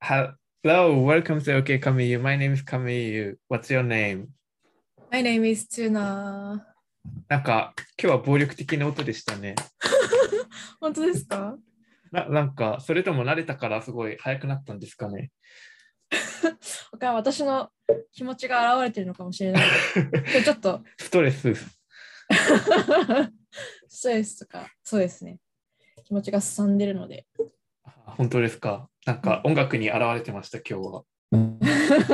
Hello, welcome to OK Kamiyu. My name is Kamiyu. What's your name? My name is Tuna. なんか今日は暴力的な音でしたね。本当ですかななんかそれとも慣れたからすごい早くなったんですかね。わかんない私の気持ちが現れてるのかもし れない。今日ちょっと、 ストレス。そうですとか、そうですね。気持ちがすさんでるので。 あ本当ですか。なんか音楽に現れてました今日は。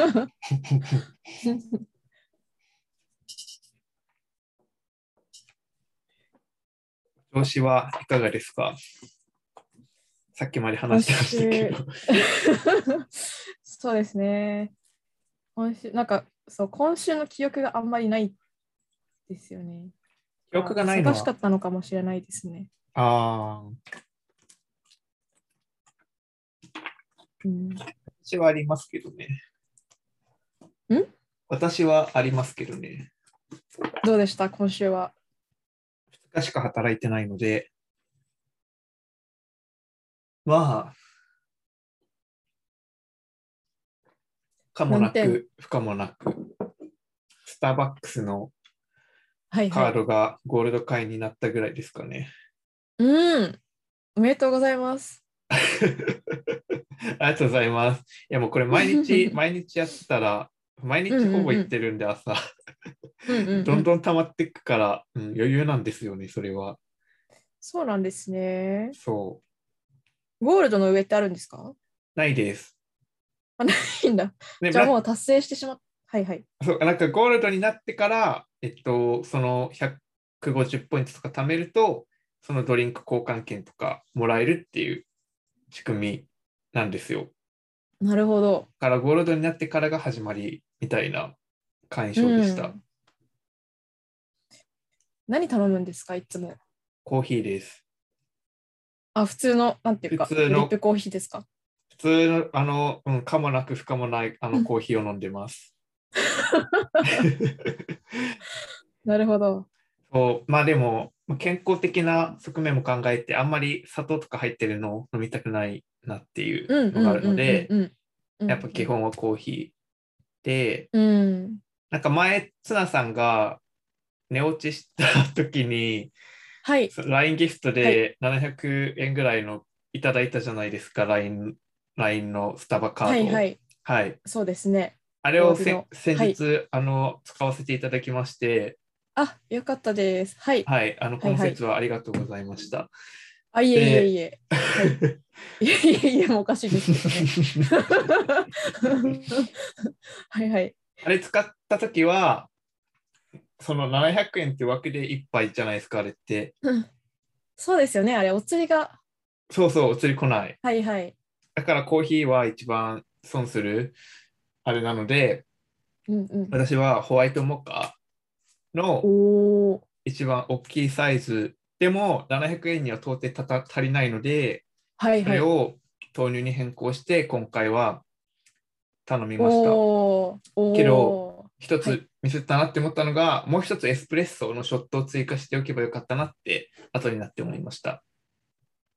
調子はいかがですかさっきまで話してましたけど。そうですね。今週、なんか、そう、今週の記憶があんまりないですよね。記憶がないの忙しかは。ったのかもしれないですね。ああ。うん、私はありますけどね。ん私はありますけどね。どうでした今週は。 2日しか働いてないので。まあ。かもな何点く、不可もなく。スターバックスのはい、カはーい。ドがゴールド会員になったぐらいですかね。 うん。おめでとうございます。ありがとうございます。いやもうこれ毎 日、毎日やってたら、毎日ほぼ行ってるんで朝、うんうんうんどんどん溜まっていくから、うん、余裕なんですよね、それは。そうなんですね。そう。ゴールドの上ってあるんですかないです。あないんだ。ね、じゃあブもラう達成してしまった。はいはい。そうなんかゴールドになってから、えっと、その150ポイントとか貯めると、そのドリンク交換券とかもらえるっていう仕組みなんですよ。なるほど。だからゴールドになってからが始まりみたいな感傷でした。うん何頼むんですかいつも。コーヒーです。あ、普通の、なんていうか、普通のドリップコーヒーですか普通の、あの、うん、かもなく不可もない、あうの、んコーヒーを飲んで ます。なるほど。そう、まあでも、まあ健康的な側面も考えて、あんまり砂糖とか入ってるのを飲みたくないなっていうのがあるので、うんうんうんうんうんやっぱ基。本はコーヒーで、うん。なんか前、綱さんが寝落ちした時に、 はい。そ LINE ギフトで700円ぐらいのいただいたじゃないですか、LINE, LINE のスタバカーはドを。いはい。はいそうですね。あれを曜日せの先日、あの使わせていただきまして、あ、よかったです。はい。はい、あのはいこはいの説はありがとうございました。あ、いえいえいえ。いえいえいえ、もうおかしいですけどね。はいはい。あれ使った時は、その700円って枠で一杯じゃないですか、あれって。そうですよね。あれ、お釣りが。そうそう、お釣り来ない。はいはい。だからコーヒーは一番損するあれなので、うんうん。私はホワイトモカのおお。一番大きいサイズでも700円には到底たた足りないので、はいそはいれ。を豆乳に変更して、今回は頼みました。おーおー。けど一はつミスったなって思ったのが、もう一つエスプレッソのショットを追加しておけばよかったなって、後になって思いました。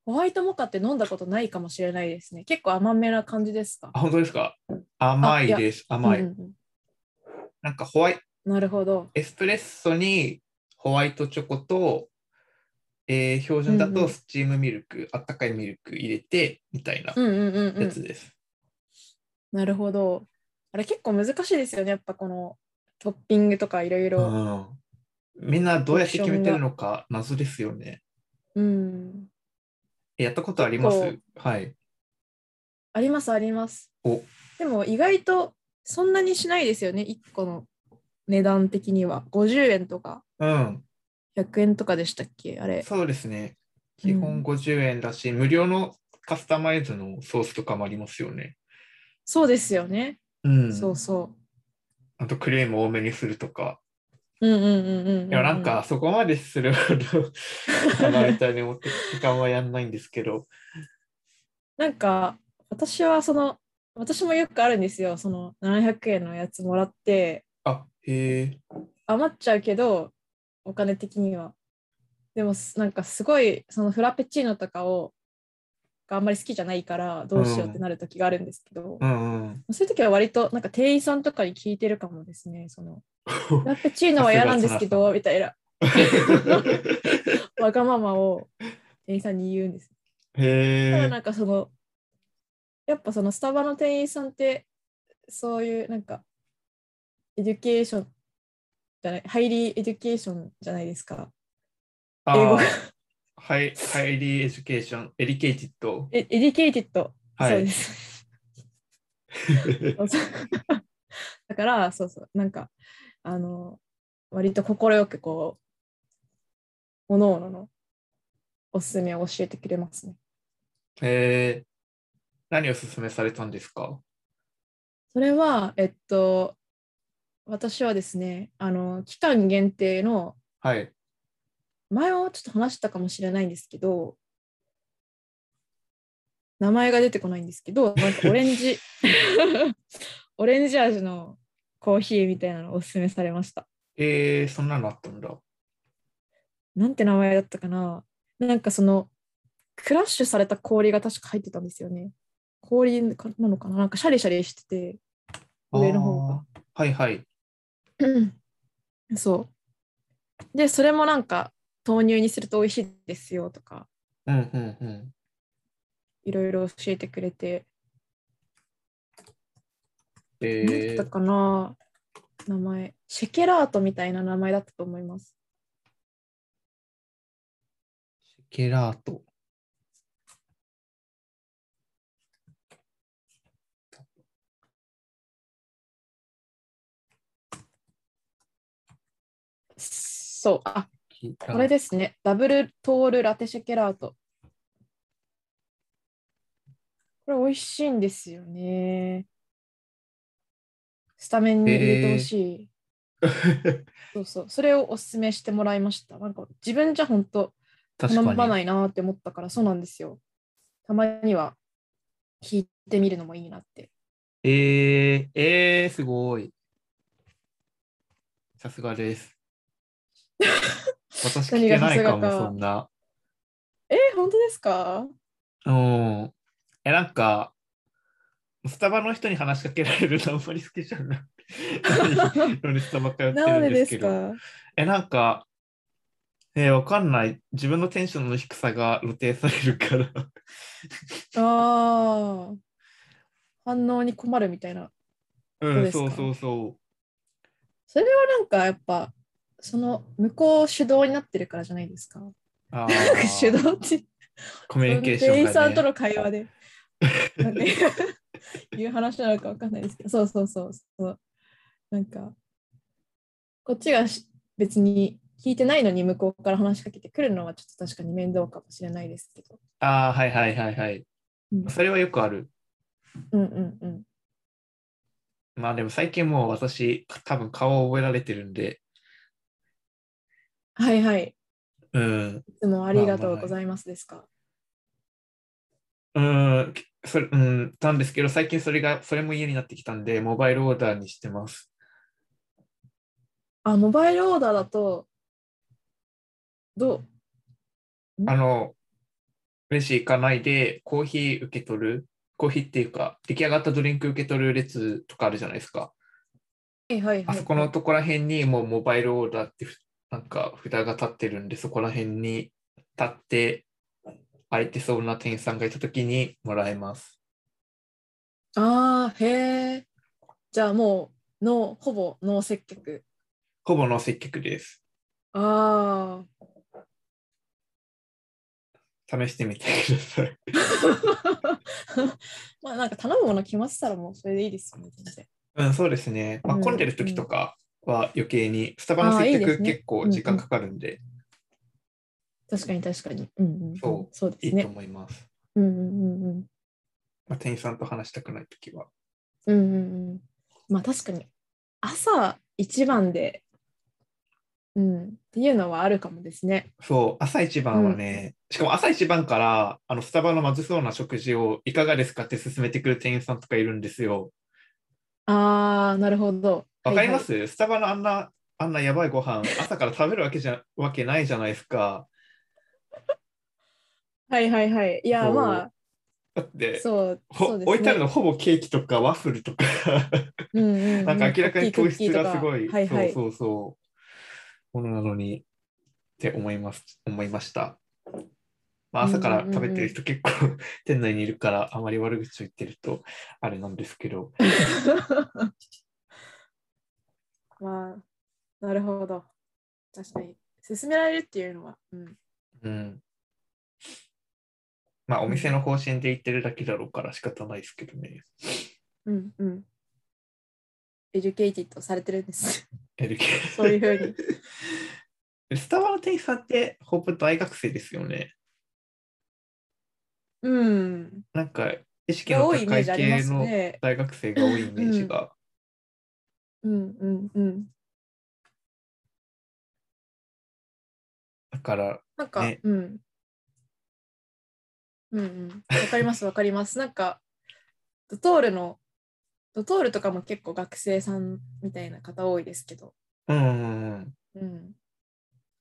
ホワイトモカって飲んだことないかもしれないですね。結構甘めな感じですか。あ、本当ですか甘いあいやです。甘い。うんうんなんかホワイうんなるほど。エスプレッソにホワイトチョコと、えー標準だうんうとんスチームミルク、あったかいミルク入れてみたいなうんうんうんうやん。つです。なるほど。あれ結構難しいですよね。やっぱこのトッピングとかいろいろ。うんみんなどうやって決めてるのか謎ですよね。うん。えやったことあります結はい。ありますありますお。でも意外とそんなにしないですよね。1個の値段的には。50円とかうん。 100円とかでしたっけあれ。そうですね。基う本ん50円だし、無料のカスタマイズのソースとかもありますよね。そうですよね。うん。そうそあとクレーム多めにするとか。う。うんうんうんうん、うん。いや、なんかそこまでするほどかなみたいに思って時間はやんないんですけど。 なんか私はその私もよくあるんですよその700円のやつもらってあ、へえ。余っちゃうけどお金的にはでもすなんかすごいそのフラペチーノとかをがあんまり好きじゃないからどうしようってなる時があるんですけど、うんうん。そういう時は割となんか店員さんとかに聞いてるかもですねそのフラペチーノは嫌なんですけどみたいな わがままを店員さんに言うんです。へただえなんかそのやっぱそのスタバの店員さんってそういうなんかエデュケーションじゃないハイリーエデュケーションじゃないですかあ英語がーハイハイリーエデュケーション、エリケイティッド。エエディケイティッド、はそうでい。すだからそうそうなんかあの割と快くこうおのおののおすすめを教えてくれますね えー、何を勧めされたんですかそれは、えっと、私はですね、あの期間限定の、はい。前をちょっと話したかもしれないんですけど、名前が出てこないんですけど、なんかオレンジ、 オレンジ味のコーヒーみたいなのをおすすめされました。えー、そんなのあったんだ。なんて名前だったかななんかその、クラッシュされた氷が確か入ってたんですよね。氷なのかななんかシャリシャリしてて、上の方があー。はいはい。うんそう。で、それもなんか豆乳にすると美味しいですよとか、うんうんうん。いろいろ教えてくれて、なんだえったー、かな、名前。シェケラートみたいな名前だったと思います。ゲラート。そう、あ、ギラートこれですね。ダブルトールラテシェケラート。これ美味しいんですよね。スタメンに入れてほしい。そうそう。それをおすすめしてもらいました。なんか自分じゃ本当 確頼まかなに。いなって思ったから、そうなんですよ。たまには弾いてみるのもいいなって。えー、えー、すごい。さすが です。私聞何けがなさいすかがも、かそんな。えー、本当ですか うん。え、なんか、スタバの人に話しかけられるのあんまり好きじゃない。 のにスタバ通ってなるのんででですけすど。かえ、なんか、えーわかんない。自分のテンションの低さが露呈されるから。ああ。反応に困るみたいな。う、そうんですそかうそうそそれはなんかやっぱその向こう主導になってるからじゃないですか。う。あ主ー導ってコミュニケーションが、ね。店員さんとの会話でなんか いう話なのかわかんないですけどそうそうそうそうなんかこっちがし別に聞いてないのに向こうから話しかけてくるのはちょっと確かに面倒かもしれないですけど。ああ、はいはいはいはい。うんそれはよくある。うんうんうん。まあでも最近もう私、多分顔を覚えられてるんで、はいはい。うん、いつもありがとうございますですか。うん、それ、うん、たんですけど、最近それが、それも家になってきたんで、モバイルオーダーにしてます。あ、モバイルオーダーだとどうあの、レジ行かないで、コーヒー受け取る、コーヒーっていうか、出来上がったドリンク受け取る列とかあるじゃないですか。はいはいはあい。そこのとこら辺に、もうモバイルオーダーってふ、なんか札が立ってるんで、そこら辺に立って、空いてそうな店員さんがいたときにもらえます。ああ、へえ。じゃあもう、のほぼノー接客。ほぼの接客です。あ試してみてくださ い。あ。 まあなんか頼むもの決まってたらもうそれでいいですよね、全然。うん、そうですね。まあ、うん混んでる時とかは余計に、スタバのあーい接いで客すね結構時間かかるんで、確かに確かに。うんうん。そうそうでいすいとね。思います。うんうんうんうん。まあ、店員さんと話したくない時は。うんうんうん。まあ確かに、朝一番で、うん、っていうのはあるかもですね。そう、朝一番はね、しかも朝一番から、あの、スタバのまずそうな食事をいかがですかって勧めてくる店員さんとかいるんですよ。ああ、なるほど。わかりまはい す、スタバのあんな、あんなやばいご飯、朝から食べるわけじゃ、わけないじゃないですか。はいはいはい。いや、そうまだっあ、て、そう、ほそうですね。置いてあるのほぼケーキとかワッフルとか、うんうんうん、なんか明らかにク糖ッキ質ーとかがすごい、はいはい。そうそうそう、ものなのにって思います、思いました。まあ、朝から食べてる人結構 店内にいるからあまり悪口を言ってるとあれなんですけど、 まあ、なるほど。確かに。勧められるっていうのは。うん。うん。まあお店の方針で言ってるだけだろうから仕方ないですけどね。うんうん。エデュケイティッドされてるんです。 LK そういうふう に。スタバの店員さんってほぼ大学生ですよね。うん。なんか意識の多いイメ高ーいジありま系すのね。大学生が多いイメージが。うんうんうん。だから、なんか、ねうん。うんうん。わかりますわかります。なんか、ドトールの、ドトールとかも結構学生さんみたいな方多いですけど、うんうんうん、うん。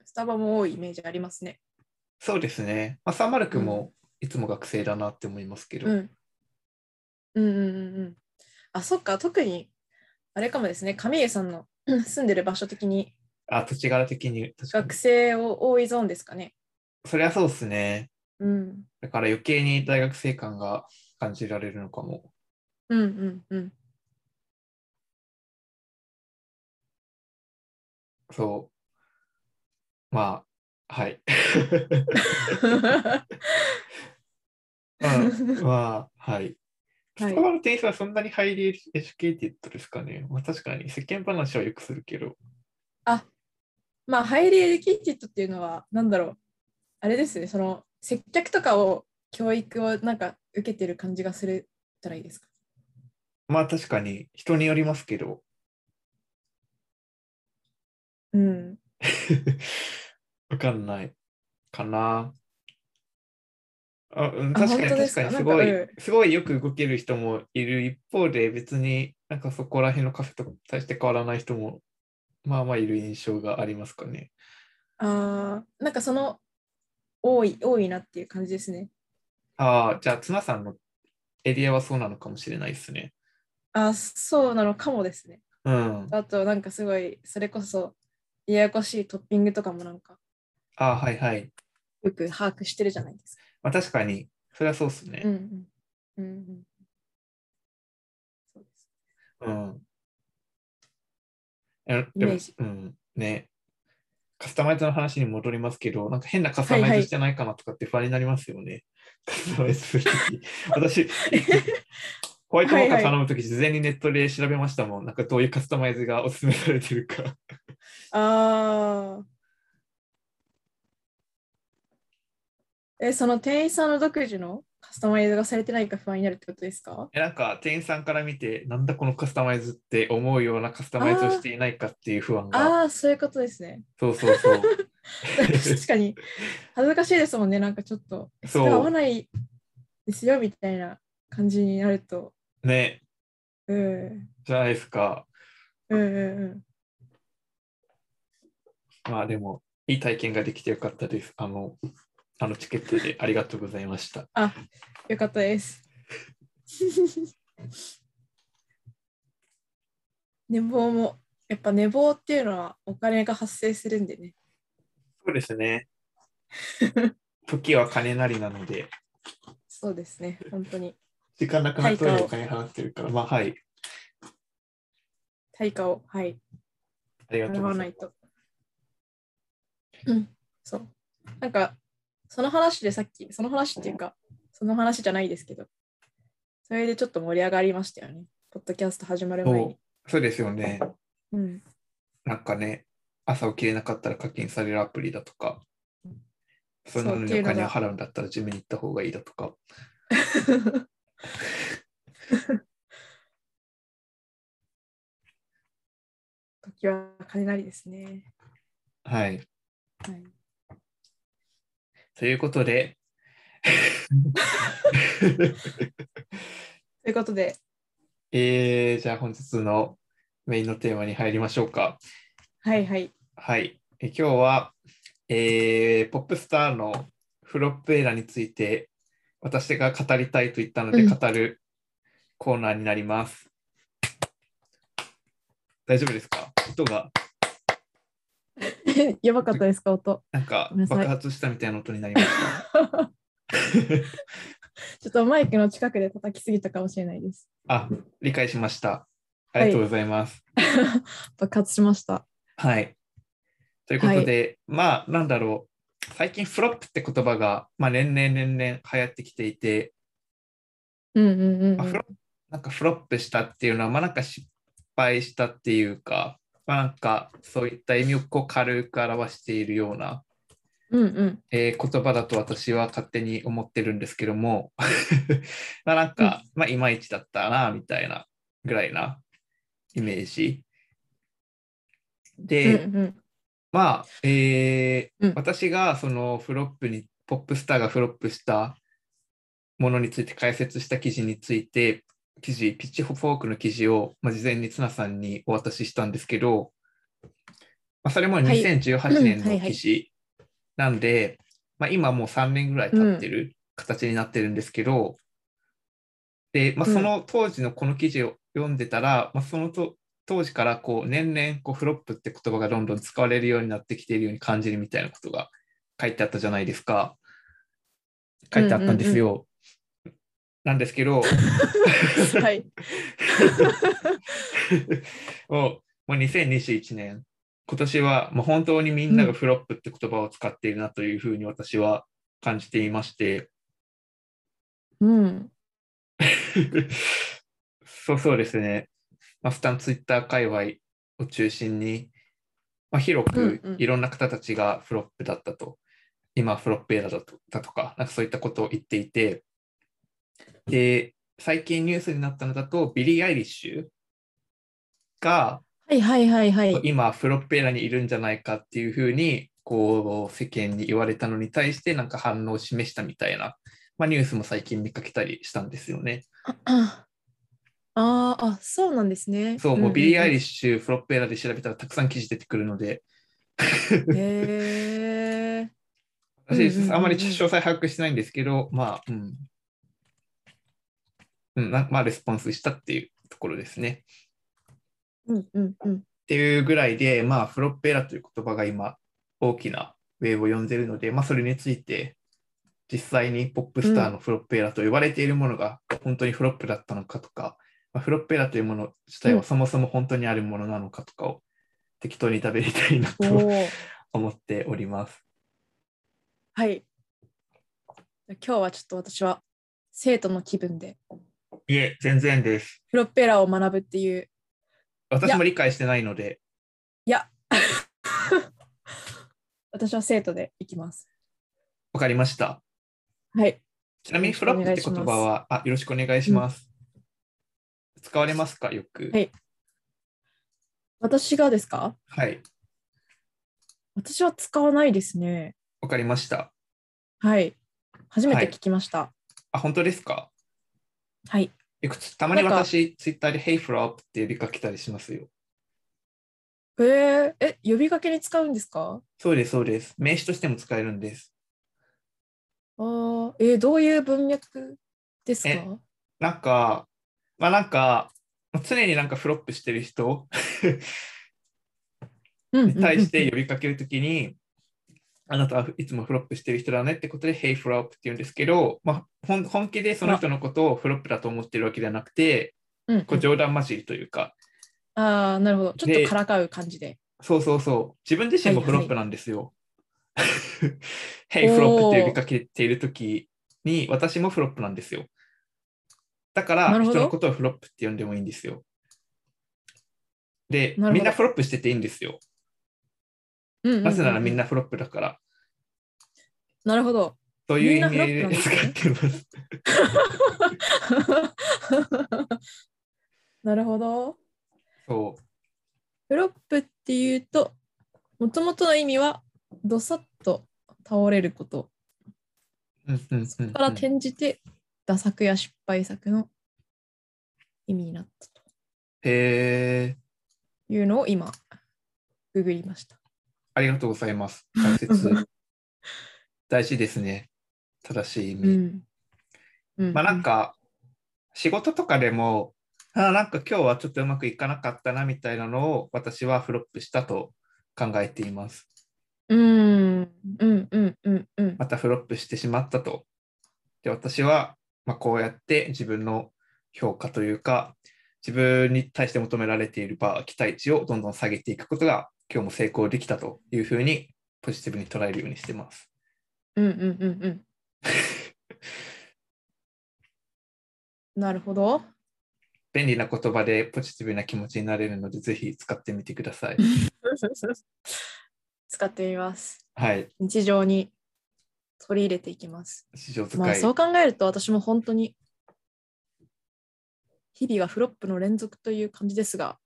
スタバも多いイメージありますね。そうですね。まあ、サンマルクもいつも学生だなって思いますけど。うん。うんうんうんうん。あ、そっか、特に、あれかもですね、神江さんのうん住んでる場所的に、あ、土地柄的に。確かに学生を多いゾーンですかね。そりゃそうですね。うん。だから余計に大学生感が感じられるのかも。うんうんうん。そう。まあ、 はい。うん、まあ、はい。はいスタバの店員さんはそんなにハイリエデュケイティッドですかね。まあ、確かに世間話はよくするけど。まあ、ハイリエデュケイティットっていうのは、なんだろう、あれですね、その接客とかを、教育をなんか受けてる感じがするたらいいですか。まあ確かに人によりますけど。うん。 わかんないかな。あうん、あ確かに本当で確すかかにすごいなんかすごいよく動ける人もいる一方で別になんかそこら辺のカフェと大して変わらない人もまあまあいる印象がありますかね。ああ、なんかその、多い、多いなっていう感じですね。ああ、じゃあ綱さんのエリアはそうなのかもしれないですね。あーそうなのかもですね。うん。あと、なんかすごい、それこそ、ややこしいトッピングとかもなんか、ああ、はいはい。よく把握してるじゃないですか。まあ確かに、それはそうですねう。んうん。うんうん。そうです。うん。えイメでもージうん。ね。カスタマイズの話に戻りますけど、なんか変なカスタマはイいはズいしてないかなとかって不安になりますよね。カスタマイズすると き。私、ホワイトモカ頼むとき、事前にネットで調べましたもん。なんかどういうカスタマイズがおすすめされてるか。ああ。え、その店員さんの独自のカスタマイズがされてないか不安になるってことですかえなんか店員さんから見て、なんだこのカスタマイズって思うようなカスタマイズをしていないかっていう不安が。ああ、そういうことで すね。そうそうそう。確かに。恥ずかしいですもんね。なんかちょっと、えそう人が合わないですよみたいな感じになると。ね。うん。うんじゃないですか。うんうん。まあでも、いい体験ができてよかったです。あの、あのチケットでありがとうございました。あ、よかったです。 寝坊も、やっぱ寝坊っていうのはお金が発生するんでね。そうですね。 時は金なりなので、そうですね、本当に。時間なくなったら対価をお金払ってるから、まあはい、対価を、はい、ありがと払うごわざないいと。うん、そう。なんか、その話でさっき、その話っていうか、その話じゃないですけど、それでちょっと盛り上がりましたよね。ポッドキャスト始まるます。前そに。うそうですよね。うん、 なんかね、朝起きれなかったら課金されるアプリだとか、そんなのそうっていにおうのが金を払うんだったらジムに行った方がいいだとか。時は金なりですね。はい。はい、ということで、 ということで、えー、じゃあ本日のメインのテーマに入りましょうか。はいはい。はい。え今日は、えーポップスターのフロップエラーについて私が語りたいと言ったのでうん語るコーナーになります。大丈夫ですか音が やばかったですか、音。なんかごめんなさい爆発したみたいな音になりました。 ちょっとマイクの近くで叩きすぎたかもしれないです。あ、理解しました。ありがとうございます。爆発しました。はい。ということで、まあ、なんだろう。最近フロップって言葉が、まあ、年々年々流行ってきていて、うんうんうんまうあフんロ。なんかフロップしたっていうのは、まあなんか失敗したっていうか、まあなんかそういった意味をこう軽く表しているような、うんうん。えー言葉だと私は勝手に思ってるんですけども、 まあなんか、まあいまいちだったな、みたいなぐらいなイメージ。うんで、うんまあ、えーうん私がそのフロップに、ポップスターがフロップしたものについて解説した記事について、記事、ピッチフォークの記事を、まあ、事前にツナさんにお渡ししたんですけど、まあ、それもはい2018年うんはのいは記い事なんで、まあ、今もう3年ぐらい経ってる形になってるんですけど、で、まあ、うんその当時のこの記事を読んでたら、まあ、そのと当時からこう年々こうフロップって言葉がどんどん使われるようになってきているように感じるみたいなことが書いてあったじゃないですか。書いてあったんですよ。なんですけど、 はい。をもう2021年、今年はもう本当にみんながフロップって言葉を使っているなというふうに私は感じていまして、うん。 そうそうですね、まあ、スタンツイッター界隈を中心に、まあ、広くうんうんいろんな方たちがフロップだったと、今フロップエラーだとだとか、なんかそういったことを言っていて、で、最近ニュースになったのだと、ビリー・アイリッシュが、はいはいはいはい。今フロッペラにいるんじゃないかっていうふうにこう世間に言われたのに対してなんか反応を示したみたいな、まあ、ニュースも最近見かけたりしたんですよね。ああー、あ、そうなんですね。そう、もうビリー・アイリリッシュ、フロッペラで調べたらたくさん記事出てくるので、ッへえ。うんうんうん私、あんまり詳細把握してないんですけど、まあ、うん。うん、なまあ、レスポンスしたっていうところですね。うんうん うん。っていうぐらいで、まあ、フロッペラという言葉が今、大きなウェーブを呼んでいるので、まあ、それについて、実際にポップスターのフロッペラと呼ばれているものが、本当にフロップだったのかとか、まあ、フロッペラというもの自体うはんそもそも本当にあるものなのかとかを、適当に食べれたいなおとお。思っております。はい。今日はちょっと私は生徒の気分でいえ、全然です。フロッペラを学ぶっていう。私も理解してないので、いや。私は生徒でいきます。わかりました。はい。ちなみにフロップって言葉は、あ、よろしくお願いします。使われますか、よく。はい私がですかはい、私は使わないですね。わかりました。はい。初めはてい聞きました。あ、本当ですかはい。いくつたまになんか私、ツイッターで Hey Flop って呼びかけたりしますよ。えーえ、呼びかけに使うんですかそうです、そうです。名詞としても使えるんです。あーえーどういう文脈ですかえなんか、まあなんか、常になんかフロップしてる人うんに対しうんてうん呼びかけるときに、あなたはいつもフロップしてる人だねってことで Hey Flop って言うんですけど、まあ、ほん本気でその人のことをフロップだと思ってるわけではなくて、うんうんこう冗談交じりというか、ああ、なるほど。ちょっでとからかう感じで。そうそうそう。自分自身もフロップなんですよ。 ヘイおーフロップって呼びかけているときに、私もフロップなんですよ。だから、なるほ人どのことをフロップって呼んでもいいんですよ。で、なるほどみんなフロップしてていいんですよ。うんうんうんなぜならみんなフロップだから。なるほど。 そういう意味みんなでフロップ使なんっでてます。なるほど。そう。フロップっていうと、もともとの意味は、どさっと倒れること。うんうんうんうんそこから転じて、打作や失敗作の意味になったとへーいうのを今、ググりました。ありがとうございます。解説。大事ですね。正しい意味。うん。うんまあなん、か仕事とかでもあーなんか今日はちょっとうまくいかなかったなみたいなのを私はフロップしたと考えています。うん、うん、うん、うん、うん。またフロップしてしまったと。で私はまあこうやって自分の評価というか自分に対して求められているバー期待値をどんどん下げていくことが今日も成功できたというふうにポジティブに捉えるようにしてます。うん、うん、うん、うん。なるほど。便利な言葉でポジティブな気持ちになれるのでぜひ使ってみてください。使ってみます。はい、日常に取り入れていきます。市場使い。まあそう考えると私も本当に日々がフロップの連続という感じですが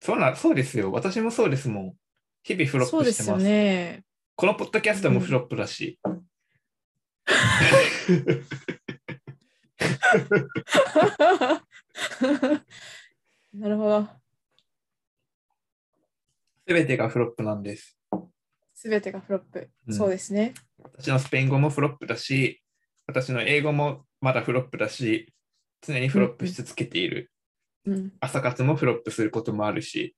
そうな、そうですよ。私もそうですもん。日々フロッそうプでしてますす。よねこのポッドキャストもフロップだし。なるほどすべてがフロップなんです。全てがフロップ、うんそうですね私のスペイン語もフロップだし、私の英語もまだフロップだし、常にフロップし続けている。うん、朝活もフロップすることもあるし、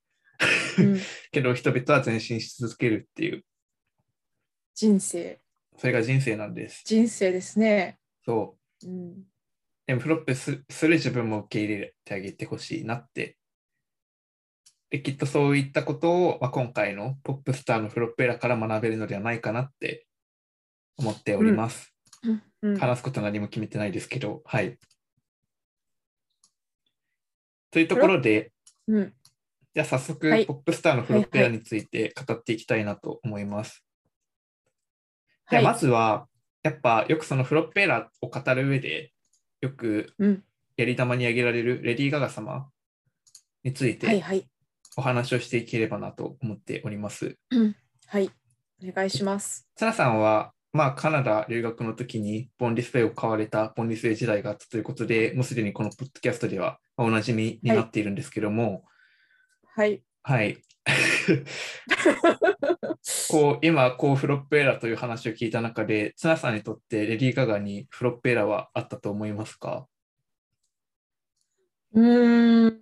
うん、けど人々は前進し続けるっていう、人生それが人生なんです。人生ですね、そう。うん、でもフロップすする自分も受け入れてあげてほしいなって。できっとそういったことを、まあ、今回のポップスターのフロッペラから学べるのではないかなって思っております。うん話すこと何も決めてないですけど、はい。というところで、うん、じゃあ早速、はいポップスターのフロッペはラいについて語っていきたいなと思います。はい、でまずは、やっぱよくそのフロッペラを語る上で、よくうん、やり玉に挙げられるレディー・ガガ様についはいてはいお話をしていければなと思っております。はいお願いしますサナさんは、まあ、カナダ留学の時にボンリスペを買われたボンリスペ時代があったということで、もうすでにこのポッドキャストではおなじみになっているんですけども、はいはい。こう今こうフロップエラーという話を聞いた中で、ツナさんにとってレディー・ガガにフロップエラーはあったと思いますかうーん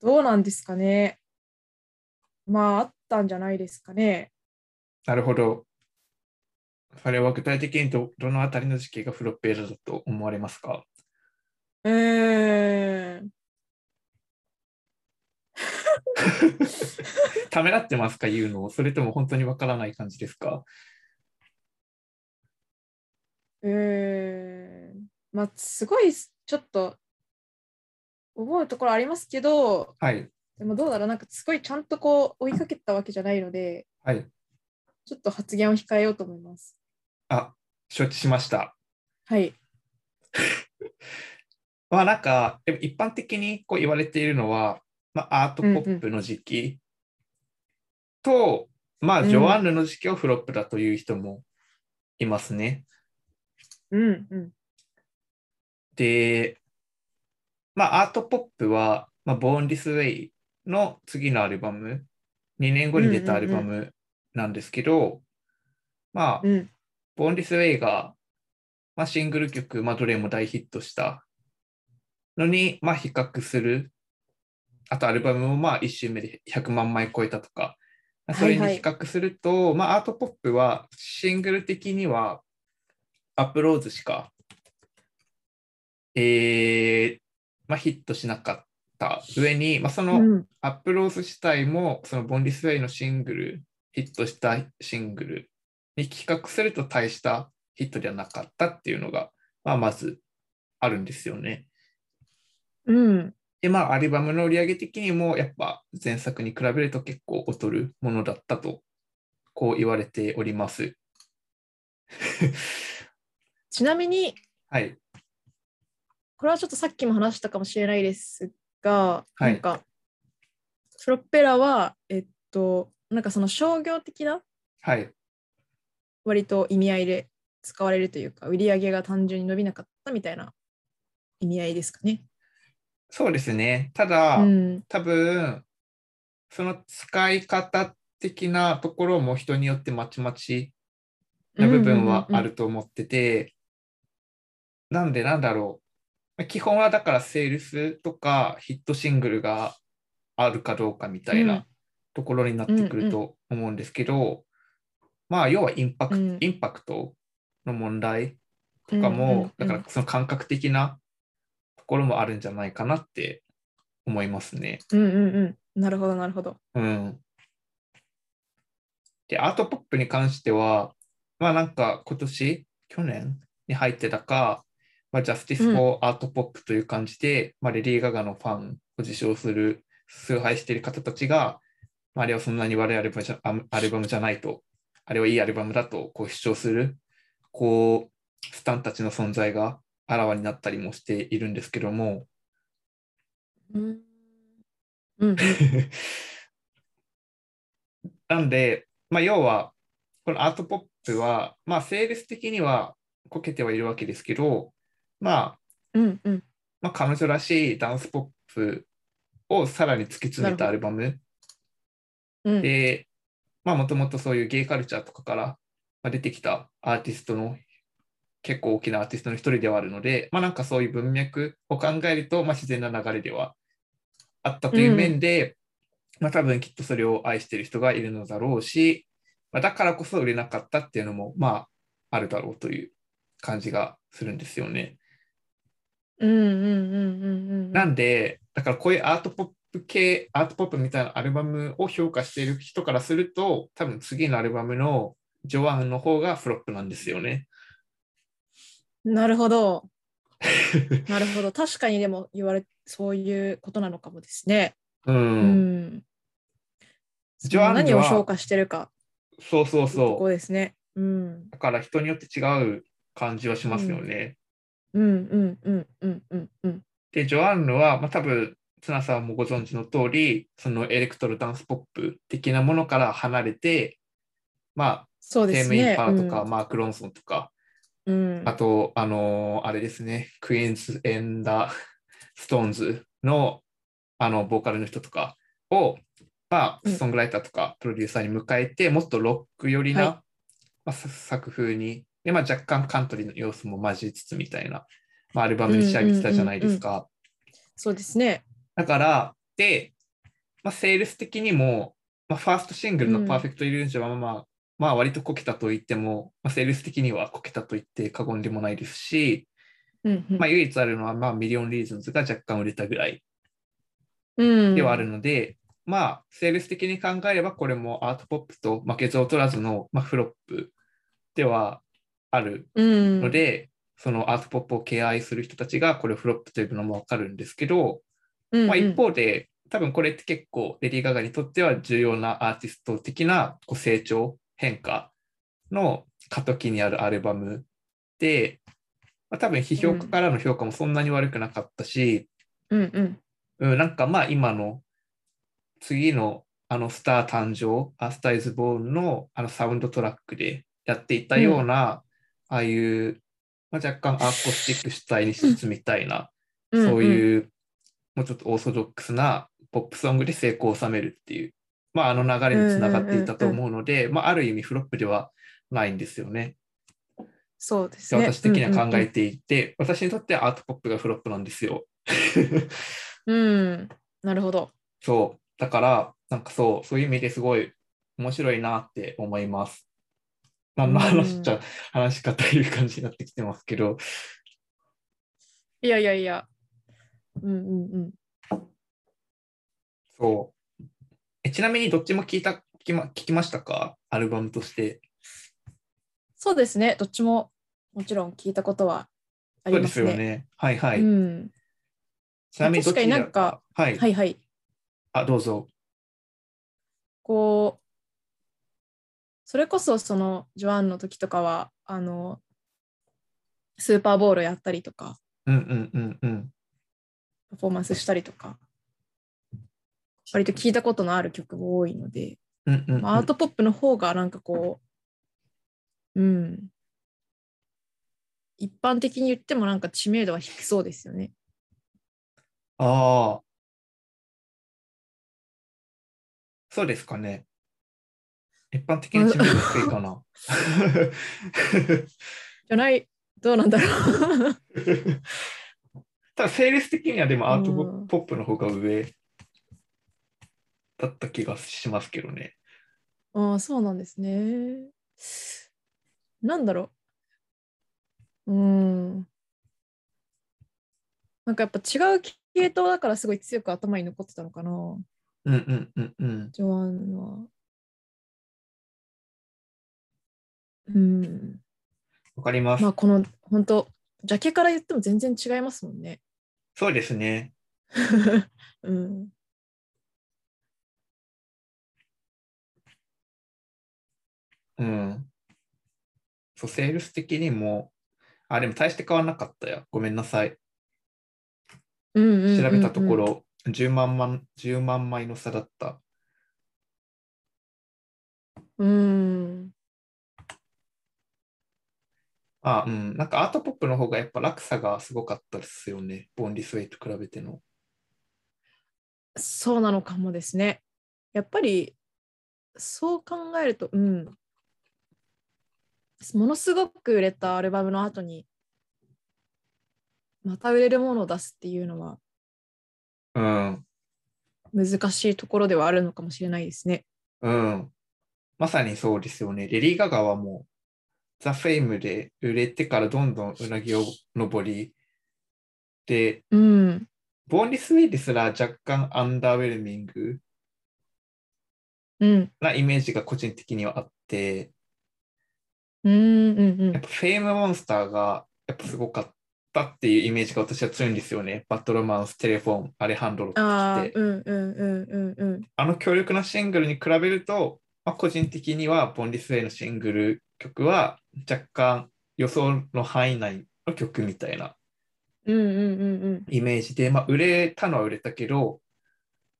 どうなんですかね。まあ、あったんじゃないですかね。なるほど。それは具体的にどどのあたりの時期がフロッペーラだと思われますかうーん。ためらってますか言うのそれとも本当にわからない感じですかうーん。まあ、すごい、ちょっと、思うところありますけど、はい。でもどうだろう、なんかすごいちゃんとこう追いかけたわけじゃないので、はい。ちょっと発言を控えようと思います。あ、承知しました。はい。まあなんか、でも一般的にこう言われているのは、まあ、アートポップの時期と、まあ、ジョアンヌの時期をフロップだという人もいますね。うんうん。で、まあ、アートポップは、まあ、Born This Way の次のアルバム、2年後に出たアルバムなんですけど、まあ、うん。 Born This Way が、まあ、シングル曲、まあ、どれも大ヒットしたのに、まあ、比較する。あと、アルバムも、まあ、1周目で100万枚超えたとか、まあそれにはいはい比較すると、まあ、アートポップは、シングル的には、アップローズしか、えー、まあ、ヒットしなかった上に、まあ、そうの、ん。アップローズ自体も、そのボンリスウェイのシングル、ヒットしたシングルに比較すると大したヒットではなかったっていうのが、まあ、まずあるんですよね。うん。で、まあ、アルバムの売り上げ的にも、やっぱ前作に比べると結構劣るものだったと、こう言われております。ちなみに、はい。これはちょっとさっきも話したかもしれないですが、はいなんかプロペラはえっとなんかその商業的なはい。割と意味合いで使われるというか売り上げが単純に伸びなかったみたいな意味合いですかね。そうですね。ただ、うん、多分その使い方っ的なところも人によってまちまちな部分はあると思ってて、なんでなんだろう。まあ基本はだからセールスとかヒットシングルがあるかどうかみたいうんなところになってくると思うんですけど、まあ要はインパクト、うんインパクトの問題とかも、うんうんうんだからその感覚的なところもあるんじゃないかなって思いますね。うんうんうん。なるほど、なるほど。うん。で、アートポップに関しては、まあなんか今年、去年に入ってたか、まあ、ジャスティうス・んフォー・アートポップという感じで、まあ、レディー・ガガのファンを自称する、崇拝している方たちが、まあ、あれはそんなに悪いアルバムじゃあアルバムじゃないと、あれはいいアルバムだとこう主張する、こう、スタンたちの存在があらわになったりもしているんですけども、うん。うん。 なんで、まあ、要は、このアートポップは、まあ、セールス的にはこけてはいるわけですけど、まあ、うん。うん。まあ、彼女らしいダンスポップをさらに突き詰めたアルバムうん。で、まあ、もともとそういうゲイカルチャーとかからまあ出てきたアーティストの、結構大きなアーティストの一人ではあるので、まあ、なんかそういう文脈を考えると、まあ、自然な流れではあったという面で、まあ、多分きっとそれを愛している人がいるのだろうし、まあ、だからこそ売れなかったっていうのも、まあ、あるだろうという感じがするんですよね。うんうんうんうんうん。なんで、だからこういうアートポップ系、アートポップみたいなアルバムを評価している人からすると、多分次のアルバムのジョアンの方がフロップなんですよね。なる ほど。なるほど。確かにでも言われ、そういうことなのかもですね。うん。うん。ジョアンヌは何を評価してるかそうそうってとそこですね。うんう。。だから人によって違う感じはしますよね。うんうんうんうんうんうん。で、ジョアンヌは、まあ、多分、綱さんもご存知の通り、そのエレクトロダンスポップ的なものから離れて、まそうあ、でテすーム・イン・ね。パーとか、マーク・ロンソンとか、うん、うんあと、あのーあれですね、クイーンズ・エンダ・ストーンズの、あの、ボーカルの人とかを、まあ、うんソングライターとかプロデューサーに迎えて、もっとロック寄りな、はいまあ、さ作風に、で、まあ、若干カントリーの要素も混じりつつみたいな、まあ、アルバムに仕上げてたじゃないですか。そうですね。だから、で、まあ、セールス的にも、まあ、ファーストシングルうのんパーフェクトイリュージョンは、まあ、まあ、割とこけたと言っても、まあ、セールス的にはこけたと言って過言でもないですし、うんうんまあ、唯一あるのは、まあ、ミリオンリーズンズが若干売れたぐらいうんではあるので、まあ、セールス的に考えれば、これもアートポップと負けず劣らずの、まあ、フロップではあるうんので、そのアートポップを敬愛する人たちがこれをフロップと呼ぶのもわかるんですけど、うんうんまあ、一方で、多分これって結構レディー・ガガにとっては重要なアーティスト的なこう成長変化の過渡期にあるアルバムで、まあ、多分批評家からの評価もそんなに悪くなかったし、うんうんうん、なんかまあ今の次のあのスター誕生、アスタイズ・ボーンのあのサウンドトラックでやっていたような、ああいう、まあ、若干アコースティック主体にしつつみたいな、んそういう、もうちょっとオーソドックスなポップソングで成功を収めるっていう、まあ、あの流れにつながっていたと思うので、まあ、ある意味フロップではないんですよね。そうですでね。私的には考えて。ていて、私にとってはアートポップがフロップなんですよ。うん。なるほど。そう。だから、なんかそう、そういう意味ですごい面白いなって思います。何の話っちゃ、うん話し方という感じになってきてますけど、いやいやいや。うんうんうん。そう。えちなみにどっちも聞いた、聞きま聞きましたかアルバムとして。そうですね。どっちももちろん聞いたことはそあうりでますすよね。ね。はいはい。うん。ちなみにどっち確かになんか、はい、はいはい。あ、どうぞ。こう、それこそそのジョアンの時とかは、あの、スーパーボールやったりとか、うんうんうんうん。パフォーマンスしたりとか、割と聞いたことのある曲も多いので、うんうんうんまあアートポップの方がなんかこう、うん、一般的に言ってもなんか知名度は低そうですよね。ああ。そうですかね。一般的な知名度低いか な。じゃない、どうなんだろう。 ただ、セールス的にはでもアートうんポップの方が上だった気がしますけどね。ああ、そうなんですね。なんだろう。うーん。なんかやっぱ違う系統だからすごい強く頭に残ってたのかな、うんうんうんうん。ジョアンは。うん。わかります。まあこの、本当ジャケから言っても全然違いますもんね。 そうですね。うん。うん。そう、セールス的にも、あ、でも大して変わらなかったよ。ごめんなさい。うんうんうんうん調べたとこ。ろ、10万万、10万枚の差だった。うん。あ、うん。なんかアートポップの方がやっぱ落差がすごかったですよね。ボンリスウェイと比べての。そうなのかもですね。やっぱりそう考えると、うん。ものすごく売れたアルバムの後に、また売れるものを出すっていうのはうん。難しいところではあるのかもしれないですね。うん。まさにそうですよね。レディー・ガガはもう、ザ・フェイムで売れてからどんどんうなぎを登り、で、うん。ボンリスウェイですら若干アンダーウェルミングうん。なイメージが個人的にはあって、うんうんやうっん。ぱフェイムモンスターがやっぱすごかったっていうイメージが私は強いんですよね。バットロマンス、テレフォン、アレハンドロってああき、て。うんうんうんうんうん。あの強力なシングルに比べると、まあ、個人的にはボンリスウェイのシングル曲は若干予想の範囲内の曲みたいなうんうんうんうん。イメージで、まあ、売れたのは売れたけど、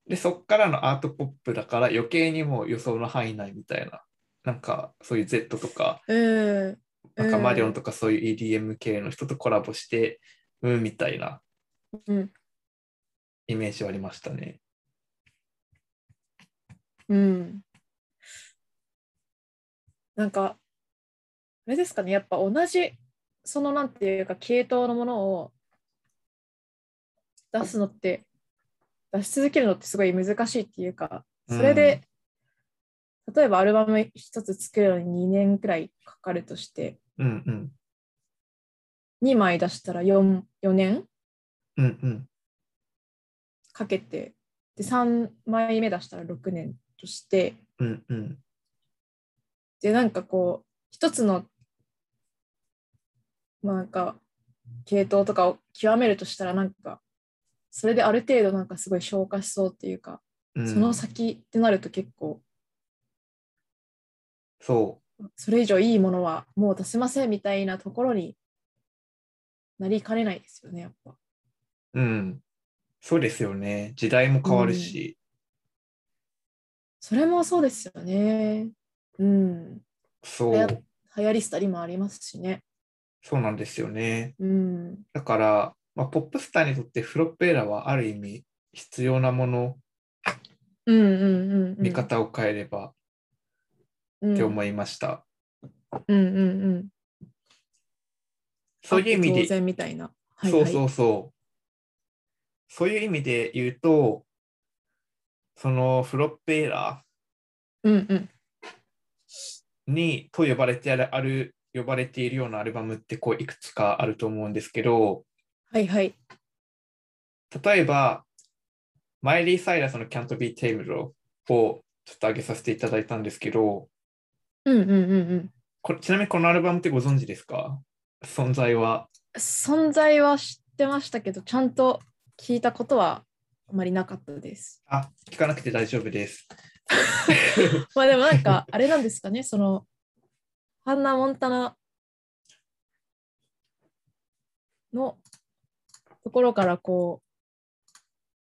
で、そっからのアートポップだから余計にもう予想の範囲内みたいな、なんかそういう Z とか、うん。なんかうんマリオンとかそういう EDM 系の人とコラボして、うん、みたいなうんイメージはありましたね。うん。なんか、あれですかね、やっぱ同じ、そのなんていうか、系統のものを出すのって、出し続けるのってすごい難しいっていうか、それで、例えばアルバム一つ作るのに2年くらいかかるとして、うんうん2枚出したら 4, 4年うんうんかけて、で、3枚目出したら6年として、うんうんでなんかこう一つのまあなんか系統とかを極めるとしたらなんかそれである程度なんかすごい消化しそうっていうか、うん。その先ってなると結構そそれ以上いいものはもう出せませんみたいなところになりかねないですよねやっぱ。う。うん。そうですよね。時代も変わるし、それもそうですよね。うん。そはやう、流行り廃りもありますしね。そうなんですよね。うん。だから、まあ、ポップスターにとってフロッペーラはある意味必要なもの、うんうんうん、うん。見方を変えればっってうん思いました。うんうん。そういう意味あってで当然みたいな。そうそうそう。そういう意味で言うと、そのフロッペーラうんうん。にと呼ばれてあるある、呼ばれているようなアルバムってこういくつかあると思うんですけど、はいはい。例えば、マイリー・サイラスの Can't Be Tamed をちょっと上げさせていただいたんですけど、うんうんうんうん。これちなみにこのアルバムってご存知ですか存在は。存在は知ってましたけど、ちゃんと聞いたことはあまりなかったです。あ、聞かなくて大丈夫です。まあでもなん か、あれなんですかね、その、ハンナ・モンタナのところからこ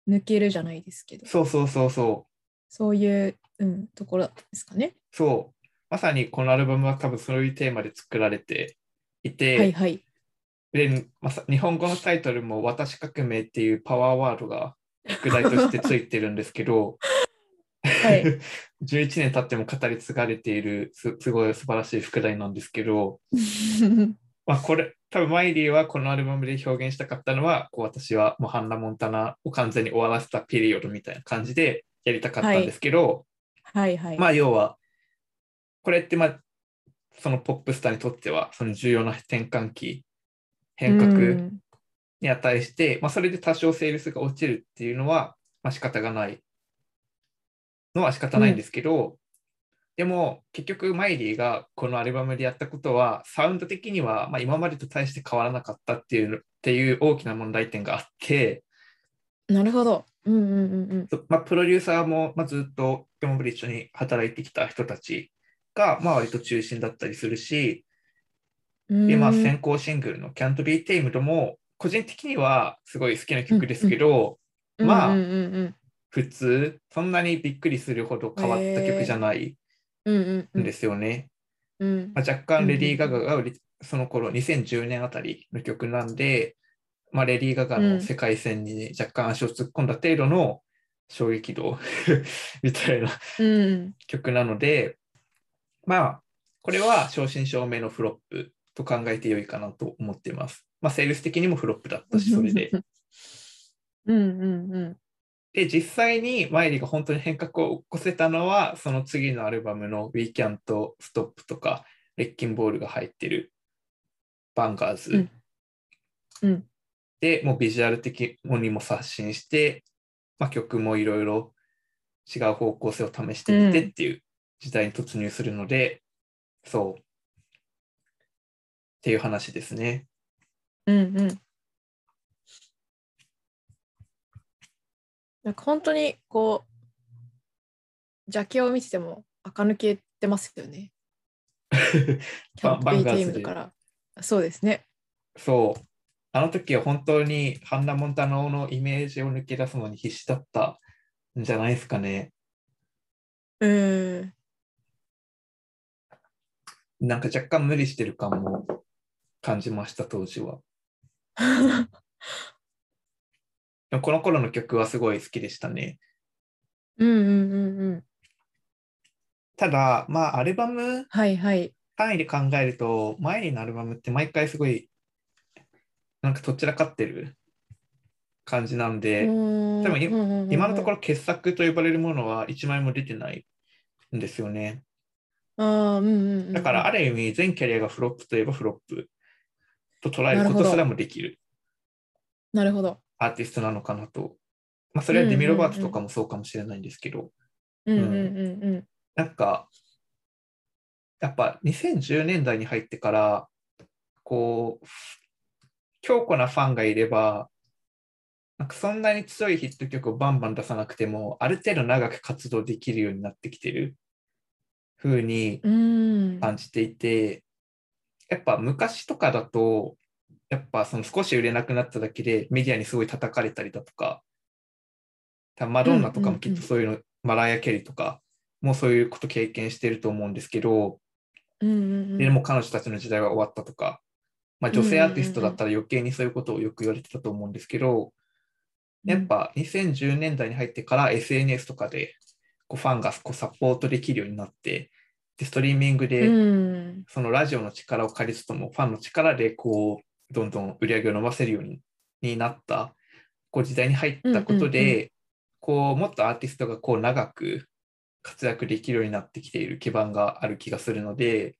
う、抜けるじゃないですけど、そうそうそうそう。そういう、うん、ところですかね。そう。まさにこのアルバムは多分そういうテーマで作られていて、はいはい。でまさ、日本語のタイトルも「私革命」っていうパワーワードが副題としてついてるんですけど、はい。 11年経っても語り継がれているすすごい素晴らしい副題なんですけど、まあ、これ多分マイリーはこのアルバムで表現したかったのはこう私はもうハンナ・モンタナを完全に終わらせたピリオドみたいな感じでやりたかったんですけど、はいはい。まあ要はこれってまあそのポップスターにとってはその重要な転換期変革うんに値して、まあそれで多少セールスが落ちるっていうのはまあ仕方がないのは仕方ないんですけど、でも結局マイリーがこのアルバムでやったことはサウンド的にはまあ今までと大して変わらなかったっていうのっていう大きな問題点があって、なるほど。うんうんうんうん。そうまあ、プロデューサーも、まあ、ずっとキャンブリッジに働いてきた人たちが、まあ、割と中心だったりするし、でまあ、うん先行シングルの「Can't Be Tamed」も個人的にはすごい好きな曲ですけど、まあうんうんうん普通そんなにびっくりするほど変わった曲じゃないうんうんうんんですよね。うんまあ、若干レディー・ガガが売りその頃2010年あたりの曲なんで、まあ、レディー・ガガの世界線に若干足を突っ込んだ程度の衝撃度 みたいなうん曲なので、まあ、これは正真正銘のフロップと考えてよいかなと思っています。まあ、セールス的にもフロップだったし、それで。。 うんうんうん。で、実際にマイリーが本当に変革を起こせたのは、その次のアルバムの We Can't Stop とか、レッキンボールが入ってるバンガーズ。うんうんで、もうビジュアル的にも刷新して、まあ、曲もいろいろ違う方向性を試してみてっていう時代に突入するので、そう。っていう話ですね。うんうん。なんか本当にこう、ジャケを見てても、垢抜けてますよ ね。キバャンプビーバンガーズチでームから。そうですね。そう。あの時は本当にハンナ・モンタナのイメージを抜け出すのに必死だったんじゃないですかね。うん。 なんか若干無理してる感も感じました、当時は。でもこの頃の曲はすごい好きでしたね。うんうんうんうん。ただ、まあ、アルバムはいはい。単位で考えると、前にのアルバムって毎回すごい、なんかとっちらかってる感じなんで、でもい今のところ。ろ傑作と呼ばれるものは1枚も出てないんですよね。あーうんうんうんだからある意味全キャリアがフロップといえばフロップと捉えることすらもできるなるほど。アーティストなのかなと。まあそれはデミロバートとかもそうかもしれないんですけど、うんうんうんうん。なんかやっぱ2010年代に入ってからこう強固なファンがいればなんかそんなに強いヒット曲をバンバン出さなくてもある程度長く活動できるようになってきてる風にうん。感じていて、やっぱ昔とかだと、やっぱその少し売れなくなっただけでメディアにすごい叩かれたりだとか、多分マドンナとかもきっとそういうの、マライア・ケリーとかもそういうこと経験してると思うんですけど、うんうんうんでも彼女たちの時代は終わったとか、まあ、女性アーティストだったら余計にそういうことをよく言われてたと思うんですけど、やっぱ2010年代に入ってから SNS とかでこうファンがこうサポートできるようになって、でストリーミングで、うんそのラジオの力を借りつつも、ファンの力でこう、どんどん売り上げを伸ばせるようにになった、こう時代に入ったことで、うんうんこう、もっとアーティストがこう長く活躍できるようになってきている基盤がある気がするので、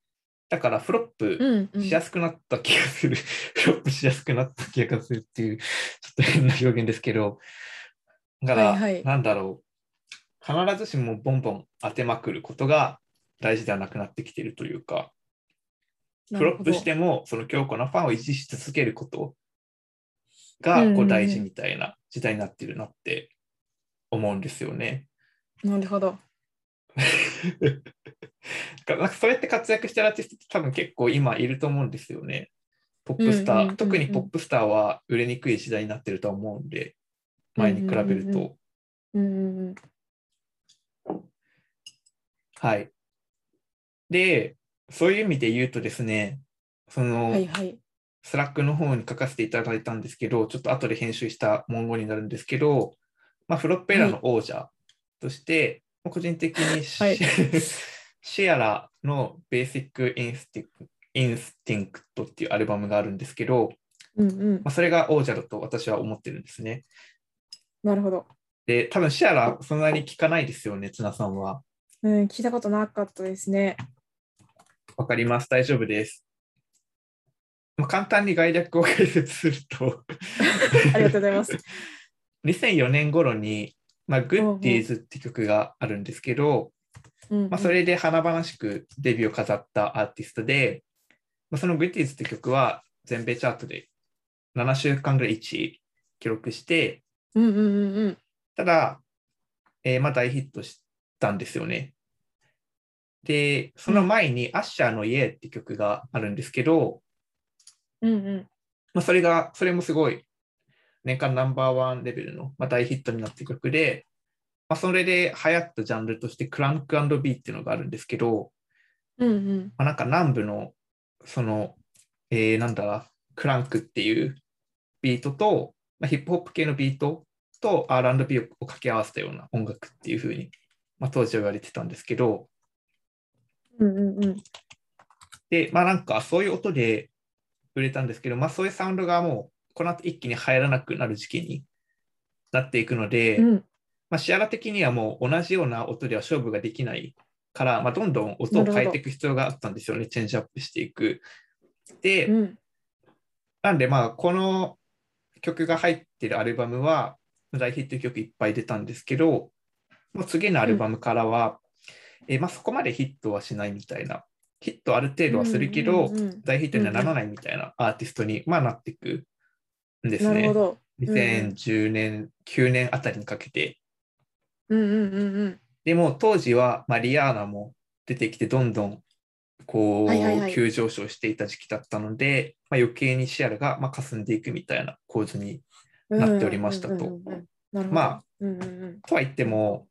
だからフロッうプんうんしやすくなった気がする、 フロップしやすくなった気がするっていう、ちょっと変な表現ですけど、だから、はいはいなんだろう、必ずしもボンボン当てまくることが大事ではなくなってきているというか、フロップしてもその強固なファンを維持し続けることうんうんがうんこう大事みたいな時代になってるなって思うんですよね。なるほど。だからなんかそれって活躍してるアーティストって多分結構今いると思うんですよね。ポップスター、うんうんうんうん特にポップスターは売れにくい時代になってるとは思うんで前に比べると、うんうんうんうんうんうんはい。でそういう意味で言うとですねその、はいはい。スラックの方に書かせていただいたんですけど、ちょっと後で編集した文言になるんですけど、まあ、フロッペラの王者として、個人的にシ,、 はいシア ラのベーシックインスティンインスティンクトっていうアルバムがあるんですけど、うんうんまあ、それが王者だと私は思ってるんですね。なるほど、で、多分シアラそんなに聞かないですよね、ツナさんは。うん、聞いたことなかったですねわかります。大丈夫です。まあ、簡単に概略を解説するとありがとうござ います2004年頃に、まあ、グッディーズって曲があるんですけど、うんうんまあ、それで華々しくデビューを飾ったアーティストで、まあ、そのグッディーズって曲は全米チャートで7週間ぐらい1位記録して、うんうんうんうんただ、えーまあ大ヒットしたんですよね。で、その前にアッシャーの家って曲があるんですけど、うんうんまあ、それが、それもすごい、年間ナンバーワンレベルの、まあ、大ヒットになってる曲で、まあ、それで流行ったジャンルとして、クランクビーっていうのがあるんですけど、うんうんまあ、なんか南部の、その、えーなんだろうクランクっていうビートと、まあ、ヒップホップ系のビートと R&B を掛け合わせたような音楽っていう風に、まあ、当時は言われてたんですけど、うんうんうんで、まあなんかそういう音で売れたんですけど、まあそういうサウンドがもうこの後一気に流行らなくなる時期になっていくので、うんまあシアラ的にはもう同じような音では勝負ができないから、まあどんどん音を変えていく必要があったんですよね、チェンジアップしていく。で、うんなんでまあこの曲が入ってるアルバムは大ヒット曲いっぱい出たんですけど、もう次のアルバムからは、えーまあそこまでヒットはしないみたいな、ヒットある程度はするけど、うんうんうん大ヒットにはならないみたいなアーティストに、まあ、なっていくんですなるねほ。どうん2010年、9年あたりにかけて。うんうんうんうんでも当時は、まあ、リアーナも出てきて、どんどんこう、はいはいはい急上昇していた時期だったので、まあ、余計にシアルが、まあ、霞んでいくみたいな構図に。うんなっておりましたとうんうんうんうんなるほどまあ、うんうんうんとは言っても、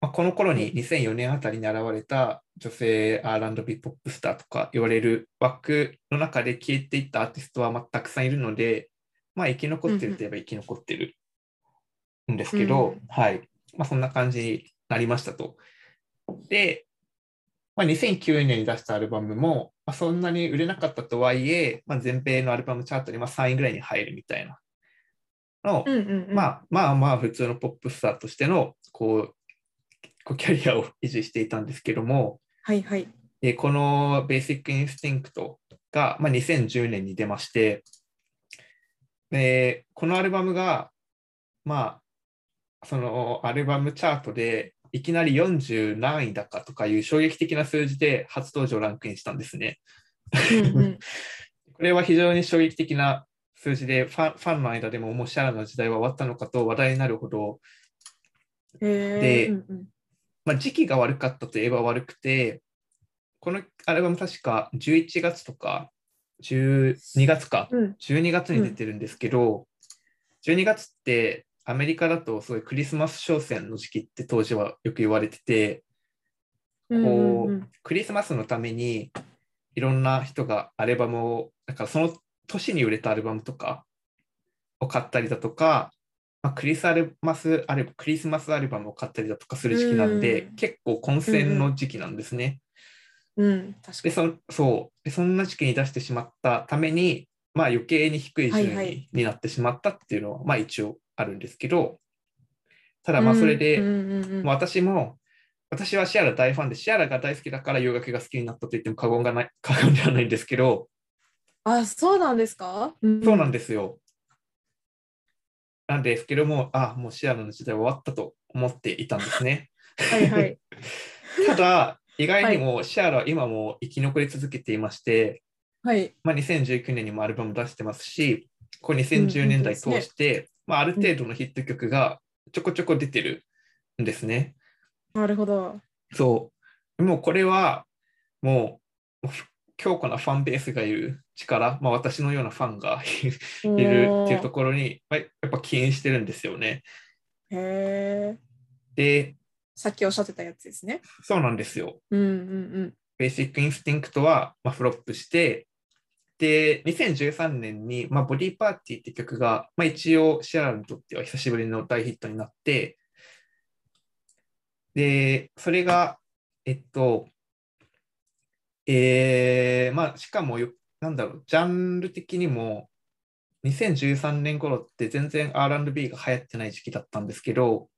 まあ、この頃に2004年あたりに現れた女性 R&B ポップスターとか言われる枠の中で消えていったアーティストはまあたくさんいるので、まあ、生き残ってるといえば生き残ってるんですけど、うんはいまあ、そんな感じになりましたと。で、まあ、2009年に出したアルバムも、まあ、そんなに売れなかったとはいえ、まあ、全米のアルバムチャートでまあ3位ぐらいに入るみたいなのをうんうんうんまあまあまあ普通のポップスターとしてのこうこうキャリアを維持していたんですけども、は いはいえーこのベーシックインスティンクトが、まあ、2010年に出まして、えーこのアルバムが、まあ、そのアルバムチャートでいきなり40何位だかとかいう衝撃的な数字で初登場ランクインしたんですね。うんうんこれは非常に衝撃的な数字でファン、ファンの間でももうシャラの時代は終わったのかと話題になるほど、へでえうんうんまあ、時期が悪かったといえば悪くて、このアルバム確か11月とか12月か、うん12月に出てるんですけど、12月ってアメリカだとすごいクリスマス商戦の時期って当時はよく言われてて、うんこううんうんクリスマスのためにいろんな人がアルバムを、だからその年に売れたアルバムとかを買ったりだとか、まあ、クリスアルマスアルクリスマスアルバムを買ったりだとかする時期なんで、うん結構混戦の時期なんですね。うん確かでにそそうでそんな時期に出してしまったために、まあ、余計に低い順位に,、はいはいなってしまったっていうのは、まあ、一応あるんですけどただまあそれで、うんうんうんもう私も私はシアラ大ファンでシアラが大好きだから洋楽が好きになったと言っても過言がない 過言ではないんですけどあそうなんですかそうなんでですよ。なんですけどもあもうシアラの時代は終わったと思っていたんです ね。すはいはいただ意外にもシアラは今も生き残り続けていまして、はいまあ、2019年にもアルバム出してますし、こう2010年代通して、まあ、ある程度のヒット曲がちょこちょこ出てるんですね。なるほどそう。もうこれは、もう、もう強固なファンベースがいる力、まあ、私のようなファンが い いるっていうところに、まあ、やっぱ起因してるんですよね。へえで、さっきおっしゃってたやつですねそうなんですよ。うんうんベーシックインスティンクトは、まあ、フロップして、で、2013年に、まあ、ボディーパーティーって曲が、まあ、一応シアラにとっては久しぶりの大ヒットになって、で、それが、えっと、えー、まあ、しかもよ、なんだろう、ジャンル的にも、2013年頃って全然 R&B が流行ってない時期だったんですけど、うん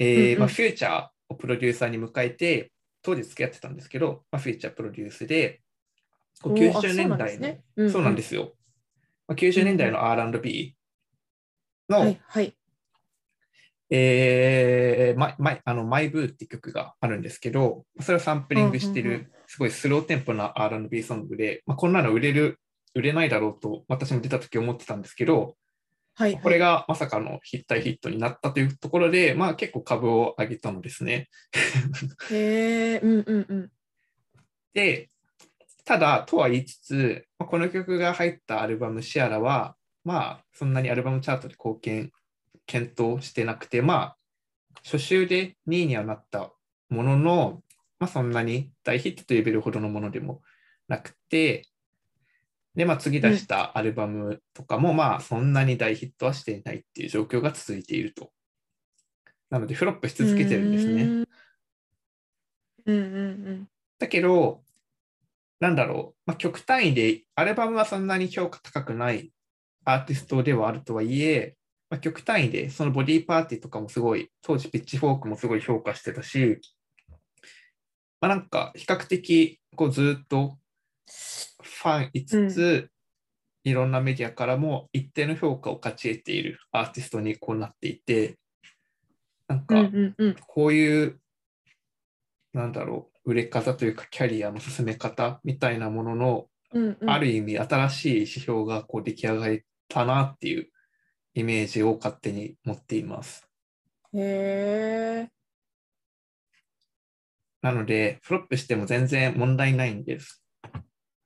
えうーんまあ、フューチャーをプロデューサーに迎えて、当時付き合ってたんですけど、まあ、フューチャープロデュースで、こうおーあ90年代の、そうなんですすよ。まあ、90年代の R&B の、ね。うんうんはい、はい。えーマイマイあのマイブーって曲があるんですけど、それをサンプリングしてうんうんうる、すごいスローテンポな R&B ソングで、まあ、こんなの売れる、売れないだろうと私も出た時思ってたんですけど、はい、はい。これがまさかのヒッタイヒットになったというところで、まあ結構株を上げたのですね。へえ、うんうんうん。で、ただ、とは言いつつ、まあこの曲が入ったアルバム、シアラは、まあ、そんなにアルバムチャートで貢献、検討してなくて、まあ、初週で2位にはなったものの、まあ、そんなに大ヒットと呼べるほどのものでもなくて、で、まあ、次出したアルバムとかも、まあ、そんなに大ヒットはしていないっていう状況が続いていると。なので、フロップし続けてるんですね。うんうんだけど、なんだろう、まあ、極単位で、アルバムはそんなに評価高くないアーティストではあるとはいえ、まあ、極単位で、そのボディーパーティーとかもすごい、当時ピッチフォークもすごい評価してたし、まあ、なんか比較的こうずっとファンいつつ、いろんなメディアからも一定の評価を勝ち得ているアーティストにこうなっていて、なんうん。か、うんうんうん。こういう、なんだろう、売れ方というか、キャリアの進め方みたいなものの、うんうん、ある意味、新しい指標がこう出来上がったなっていうイメージを勝手に持っています。へえ。なので、フロップしても全然問題ないんです。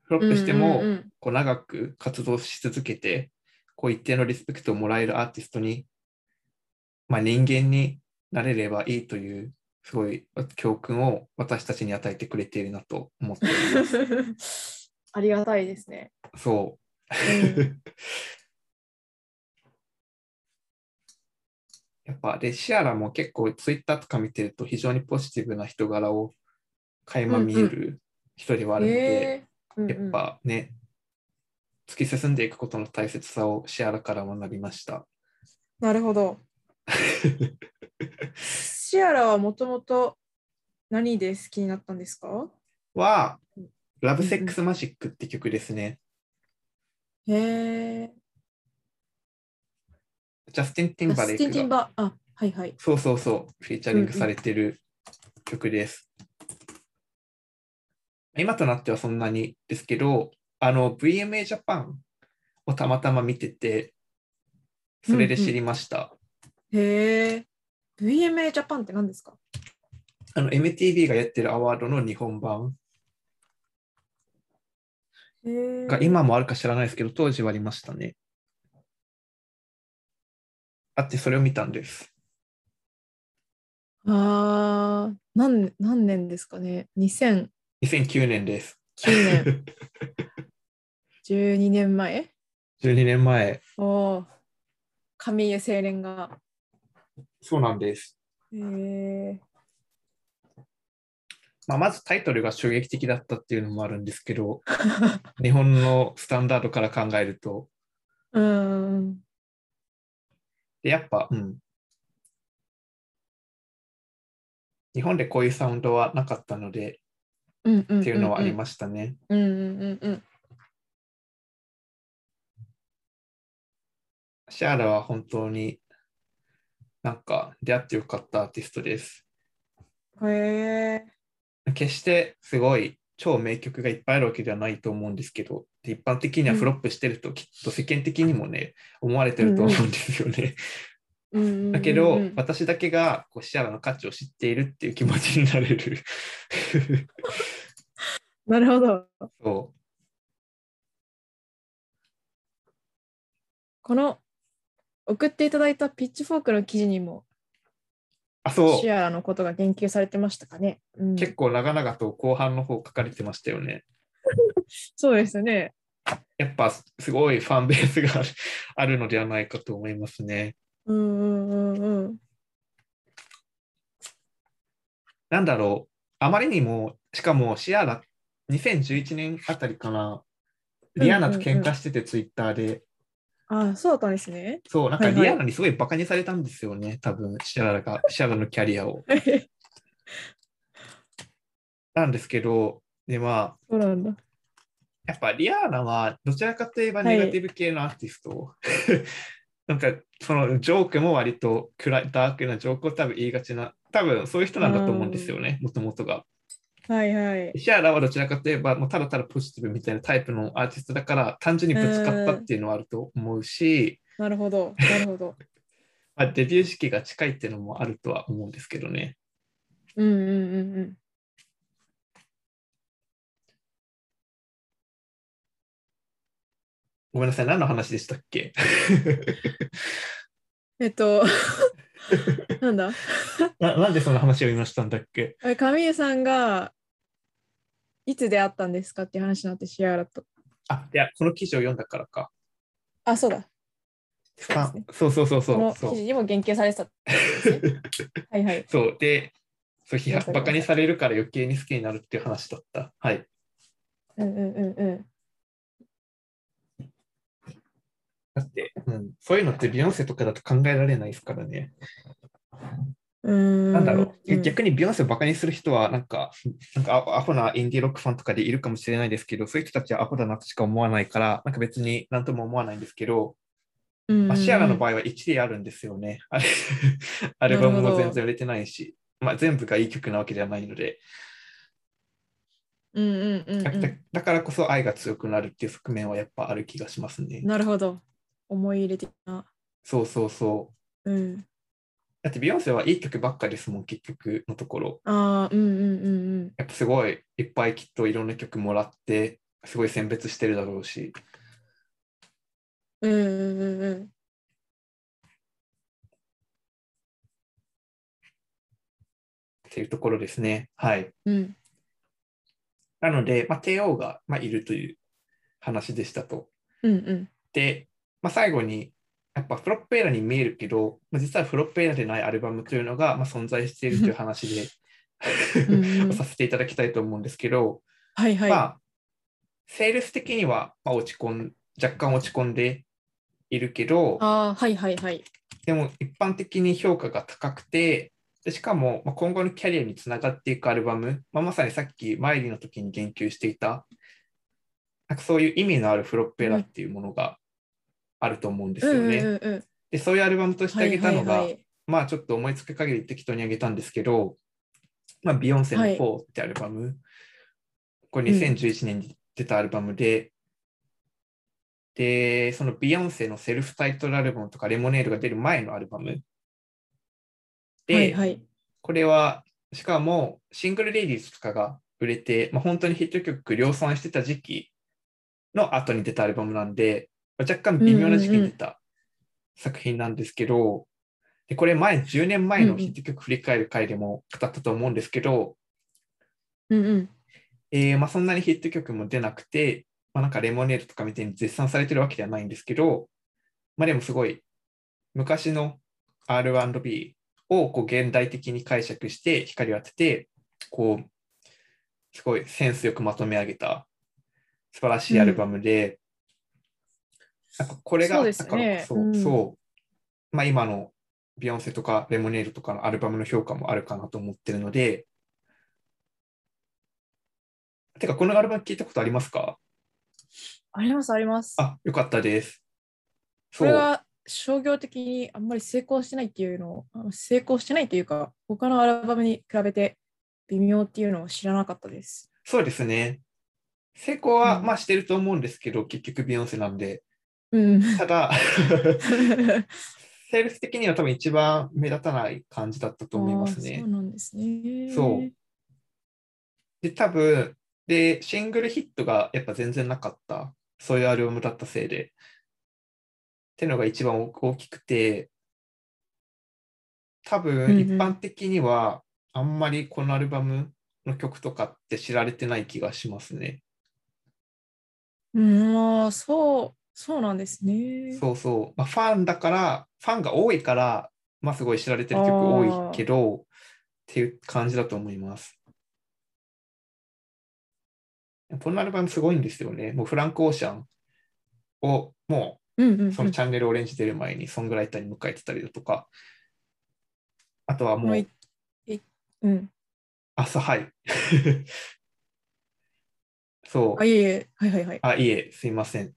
フロップしてうんうも、んこう長く活動し続けて、こう一定のリスペクトをもらえるアーティストに、まあ、人間になれればいいという、すごい教訓を私たちに与えてくれているなと思っています。うんありがたいで すね。そうう。やっぱ、レシアラも結構ツイッターとか見てると非常にポジティブな人柄を垣間見える人ではあるので、へえうんうんやっぱね、突き進んでいくことの大切さをシアラから学びました。なる ほど。シアラはもともと何で好きになったんですかは、ラブセックスマジックって曲ですね。へえ。ジャスティン・ティンあバスレティンティーンクが。バあ、はいはい。そうそうそう、フィーチャリングされてる曲です。今となってはそんなにですけど、あの VMA ジャパンをたまたま見てて、それで知りました。へえ。VMA ジャパンって何ですかあの MTV がやってるアワードの日本版へえ。が今もあるか知らないですけど、当時はありましたね。あって、それを見たんです。ああ、何何年ですかね。2009 2009年です。年。12年前12年前。おお。神湯青年が。そうなんです。へえ。まあ、まずタイトルが衝撃的だったっていうのもあるんですけど、日本のスタンダードから考えると、うん。でやっぱ、うん。日本でこういうサウンドはなかったのでうんうん。っていうのはありす。ましたね。うんうんうんうん。シャーラは本当になんか出会ってよかったアーティストです。へえ。決してすごい超名曲がいっぱいあるわけではないと思うんですけど、で一般的にはフロップしてるときっと世間的にもね、思われてると思うんですよね。うんうんうんうんだけど、私だけがこうシアラの価値を知っているっていう気持ちになれ る。なるほど。そこの送っていただいたピッチフォークの記事にもうあ、そうシ。アラのことが言及されてましたかね。うん、結構長々と後半の方書かれてましたよね。そうですね。やっぱすごいファンベースがあるあるのではないかと思いますね。うんうんうんうん。なんだろう、あまりにも、しかもシアラ、2011年あたりかな、リアナと喧嘩してて、ツイッターで、ああ、そうだったんですね。 そう、なんかはいはいリアナにすごいバカにされたんですよね、多分シアラが、シアラのキャリアを。そなんですけど、で、まあ、うなんだ。やっぱリアーナはどちらかといえばネガティブ系のアーティスト、 なんかそのジョークも割と暗いダークなジョークを多分言いがちな多分そういう人なんだと思うんですよねもともとが。はいはい。シアラはどちらかといえばもうただただポジティブみたいなタイプのアーティストだから単純にぶつかったっていうのはあると思うし、なるほど。なるほど。まあ、デビュー時期が近いっていうのもあるとは思うんですけどね。うんうんうんうん。ごめんなさい何の話でしたっけ えっと、 なんだななんでその話を今したんだっけあれ神江さんがいつ出会ったんですかっていう話になってシアラと。あいやこの記事を読んだからか。あ、そうだ。スうタでンすねそうそうそうそこのうそう記事にも言及され てたってことですね。はいはい。そうでそう批ごめんなさ判いバカにされるから余計に好きになるっていう話だった。はい。うんうんうんうん。だって、うん、そういうのってビヨンセとかだと考えられないですからね。うーんなんだろう、ん逆にビヨンセをバカにする人はなんか、 なんかアアホなインディーロックファンとかでいるかもしれないですけど、そういう人たちはアホだなとしか思わないから、なんか別になんとも思わないんですけど、まあ、シアラの場合は1例あるんですよね。 あれアルバムも全然売れてないし、まあ、全部がいい曲なわけではないので。うんうんうんだうだからこそ愛が強くなるっていう側面はやっぱある気がしますねん。。なるほど。思い入れ的な。そうそうそう。うん。だってビヨンセはいい曲ばっかですもん、結局のところ。ああ、うんうんうんうん。やっぱすごいいっぱいきっといろんな曲もらって、すごい選別してるだろうし、うんうんうんうん。っていうところですね。はい。うん、なので、まあ、帝王が、まあ、いるという話でしたと。うん、うん。で、まあ、最後に、やっぱフロップエラに見えるけど、まあ、実はフロップエラでないアルバムというのが、まあ、存在しているという話で、うんうん させていただきたいと思うんですけど、はいはい。まあ、セールス的には、まあ、落ち込ん若干落ち込んでいるけど、ああ、はいはいはい。でも一般的に評価が高くて、でしかも、まあ、今後のキャリアにつながっていくアルバム、まあ、まさにさっき、マイリーの時に言及していた、なんかそういう意味のあるフロッペラっていうものがあると思うんですうよんね。うんうんうん。でそういうアルバムとしてはあいげたはのいが、はい。まあちょっと思いつく限り適当にあげたんですけど、まあ、ビヨンセのはい4ってアルバム、これうん2011年に出たアルバムで、で、そのビヨンセのセルフタイトルアルバムとかレモネードが出る前のアルバムで、はいはい。これはしかもシングルレディースとかが売れて、まあ、本当にヒット曲量産してた時期の後に出たアルバムなんで、まあ若干微妙な時期に出た作品なんですけど、でこれ前10年前のヒット曲振り返る回でも語ったと思うんですけど、うんうん。えーまあ、そんなにヒット曲も出なくて、まあ、なんかレモネードとかみたいに絶賛されてるわけではないんですけど、まあ、でもすごい昔の R&B をこう現代的に解釈して光を当ててこうすごいセンスよくまとめ上げた素晴らしいアルバムで、なんかこれがそだうですかねらこそ、うんそうまあ、今のビヨンセとかレモネードとかのアルバムの評価もあるかなと思ってるので、てか、このアルバム聞いたことありますかありますあります。あ、よかったです。こそれう、が商業的にあんまり成功してないっていうのを、あの成功してないというか、他のアルバムに比べて微妙っていうのを知らなかったです。そうですね。成功は、うんまあしてると思うんですけど、結局ビヨンセなんで。うん。た だ、セールス的には多分一番目立たない感じだったと思いますあーねそう。なんですね。そうで、多分、で、シングルヒットがやっぱ全然なかった。そういうアルバムだったせいで。ってのが一番大大きくて、多うんうん分一般的にはあんまりこのアルバムの曲とかって知られてない気がしますね。うん、あーそう、そうなんですね。そうそう。まあ、ファンだから、ファンが多いから、まあすごい知られてる曲多いけど、っていう感じだと思います。このアルバムすごいんですよね。もうフランク・オーシャンをもうんうんう。うんそのチャンネルオレンジ出る前にソングライターに迎えてたりだとか、あとはももうういいうん。朝、はい。 そうあ、。いえいえ。はいはいはい。あ、いえ、すいません。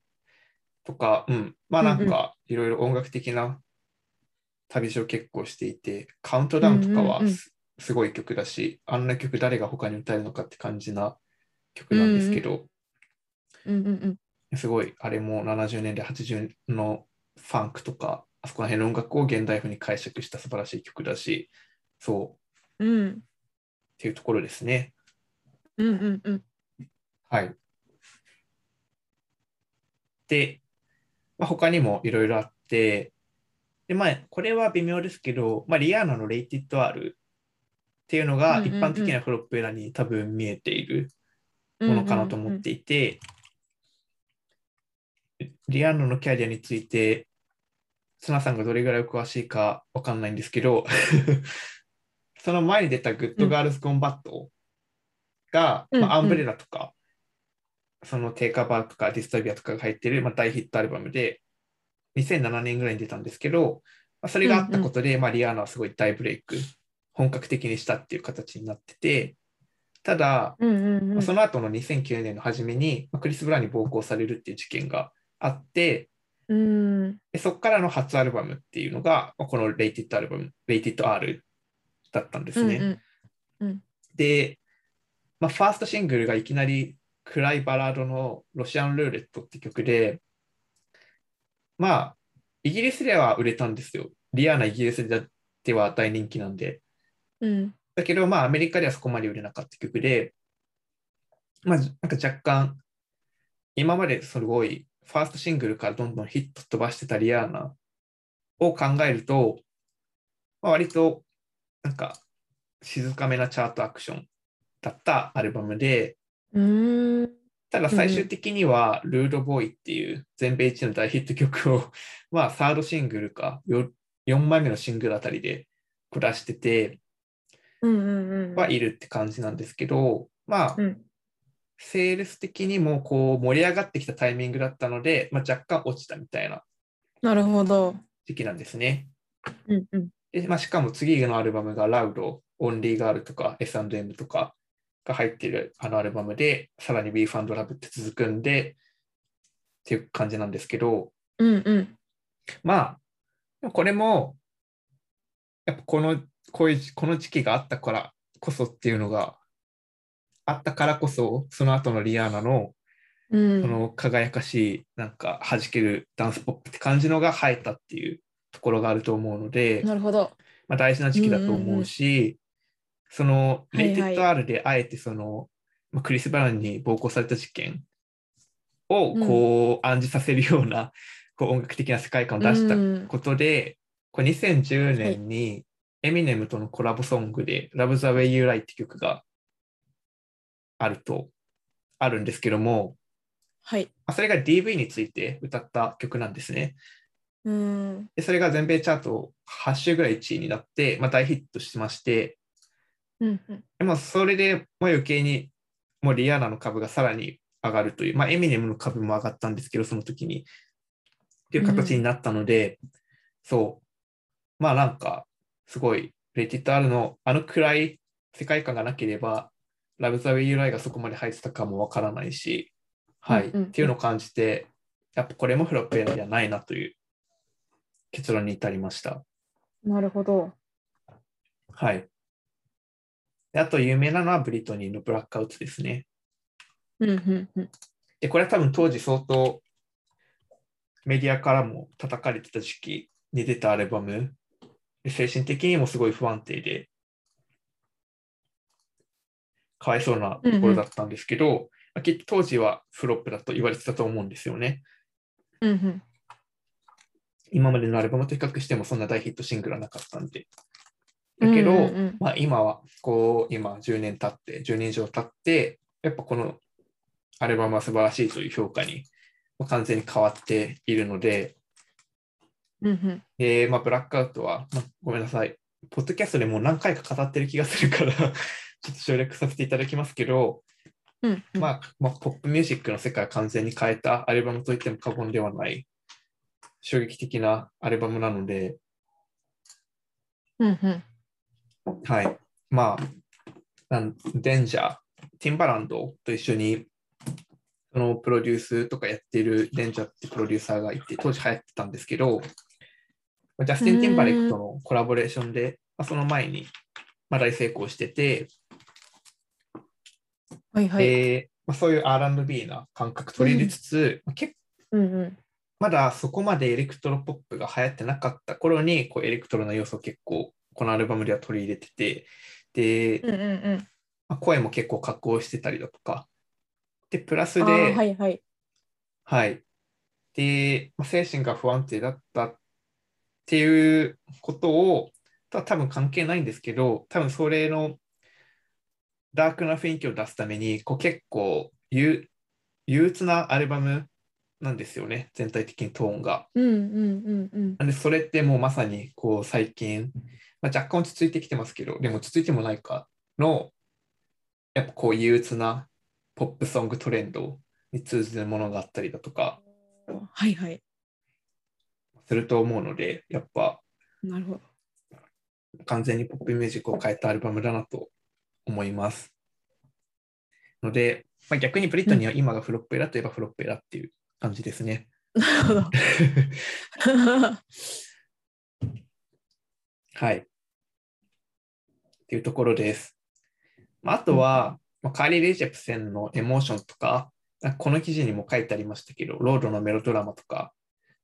とか、うん。まあうんうなんんか、いろいろ音楽的な旅路を結構していて、カウントダウンとかうんはうんうんすすごい曲だし、あんな曲誰が他に歌えるのかって感じな曲なんですけど、うんうんうん。すごい、あれも70年代、80年のファンクとか、あそこら辺の音楽を現代風に解釈した素晴らしい曲だし、そう、っうんていうところですね。うんうんうん。はい。で、まあ、他にもいろいろあって、で、まあ、これは微妙ですけど、まあ、リアーナのレイティッド R っていうのがうんうん一うん般的なフロップエラに多分見えているものかなと思っていて、リアーナのキャリアについて、ツナさんがどれぐらいお詳しいかわかんないんですけど、 その前に出たグッドガールズ・コンバットが、うんまあ、アうんンブレラとか、そのテイカーバーとかディストビアとかが入ってる、まあ、大ヒットアルバムで、2007年ぐらいに出たんですけど、まあ、それがあったことで、まあ、リアーナはすごい大ブレイク、本格的にしたっていう形になってて、ただ、うんうんうまあん。その後の2009年の初めに、まあクリス・ブラウンに暴行されるっていう事件があって、うんでそこからの初アルバムっていうのが、まあこのレイティッドアルバム、レイティッド R だったんですね。うんで、まあ、ファーストシングルがいきなり暗いバラードのロシアンルーレットって曲で、まあ、イギリスでは売れたんですよ。リアーナイギリスでは大人気なんで。うんだけど、まあ、アメリカではそこまで売れなかった曲で、まあ、なんか若干、今まですごい、ファーストシングルからどんどんヒット飛ばしてたリアーナを考えると、まあ、割と、なんか、静かめなチャートアクションだったアルバムで、うん。うんただ最終的には、ルードボーイっていう全米一の大ヒット曲を、 まあ、サードシングルか、4枚目のシングルあたりで下してて、うんうん。はいるって感じなんですけど、まあう、んセールス的にもこう盛り上がってきたタイミングだったので、まあ、若干落ちたみたいななるほど。時期なんですね。うんうんでまあ、しかも次のアルバムが Loud、Only Girl とか S&M とかが入っているあのアルバムで、さらに We Found Love って続くんで、っていう感じなんですけど、うんうん。まあ、でもこれも、やっぱこの、こういう、この時期があったからこそっていうのが、あったからこそ、その後のリアーナの、うんその輝かしい、なんか弾けるダンスポップって感じのが生えたっていうところがあると思うので、なるほど。まあ、大事な時期だと思うし、その、はいはいレイテッド R であえてその、まあクリス・バランに暴行された事件をこう暗示させるような、こう音楽的な世界観を出したうんことで、これ2010年にエミネムとのコラボソングで「Love the Way You Lie」って曲があると、あるんですけども、はい。まあそれが DV について歌った曲なんですね。うん。でそれが全米チャート8週ぐらい1位になって、まあ、大ヒットしまして、うんうん。でもそれでもう余計にもうリアーナの株がさらに上がるという、まあ、エミネムの株も上がったんですけど、その時に。っていう形になったので、そう、まあなんか、すごい、レティット R のあの暗い世界観がなければ、ラブ・ザ・ウェイ・ユー・ライがそこまで入ってたかもわからないし、はい、うんうんうんっていうのを感じて、やっぱこれもフロッペラではないなという結論に至りました。なるほど。はい。であと有名なのはブリトニーのブラックアウトですね。うんうんうん。で、これは多分当時相当メディアからも叩かれてた時期に出たアルバム。で精神的にもすごい不安定で、かわいそうなところだったんですけど、まあきっと当時はフロップだと言われてたと思うんですよね。うんうん。今までのアルバムと比較してもそんな大ヒットシングルはなかったんで。だけど、うんうんまあ、今は、こう、今10年経って、10年以上経って、やっぱこのアルバムは素晴らしいという評価にまあ完全に変わっているので、うんうんで、まあ、ブラックアウトは、まあごめんなさい、ポッドキャストでもう何回か語ってる気がするから、ち ょっと省略させていただきますけど、うんうんまあ、まあ、ポップミュージックの世界を完全に変えたアルバムといっても過言ではない、衝撃的なアルバムなので、うんうんはい。まあ、なんデンジャー、ティンバランドと一緒に、そのプロデュースとかやってるデンジャーってプロデューサーがいて、当時流行ってたんですけど、まあジャスティン・ティンバレックとのコラボレーションで、まあ、その前に、まあ、大成功してて、はいはい。でまあ、そういう R&B な感覚取り入れつつ、まあ結構うんうんまだそこまでエレクトロポップが流行ってなかった頃に、こうエレクトロの要素を結構、このアルバムでは取り入れてて、で、うんうんうんまあ声も結構加工してたりだとか。で、プラスあで、ーははい、いはい。で、まあ、精神が不安定だったっていうことを、とは多分関係ないんですけど、多分それのダークな雰囲気を出すために、こう結構憂憂鬱なアルバムなんですよね、全体的にトーンが。うんうんうんうん。なんで、それってもうまさにこう最近、まあ、若干落ち着いてきてますけど、でも落ち着いてもないかの、やっぱこう憂鬱なポップソングトレンドに通じるものがあったりだとかはいはい。すると思うので、やっぱなるほど。完全にポップミュージックを変えたアルバムだなと思います。ので、まあ、逆にブリットニーは今がフロッペラといえばフロッペラっていう感じですね。なるほ ど。はい。っていうところです。まあ、あとは、まあカーリー・レイジェプセンのエモーションとか、なんかこの記事にも書いてありましたけど、ロードのメロドラマとか、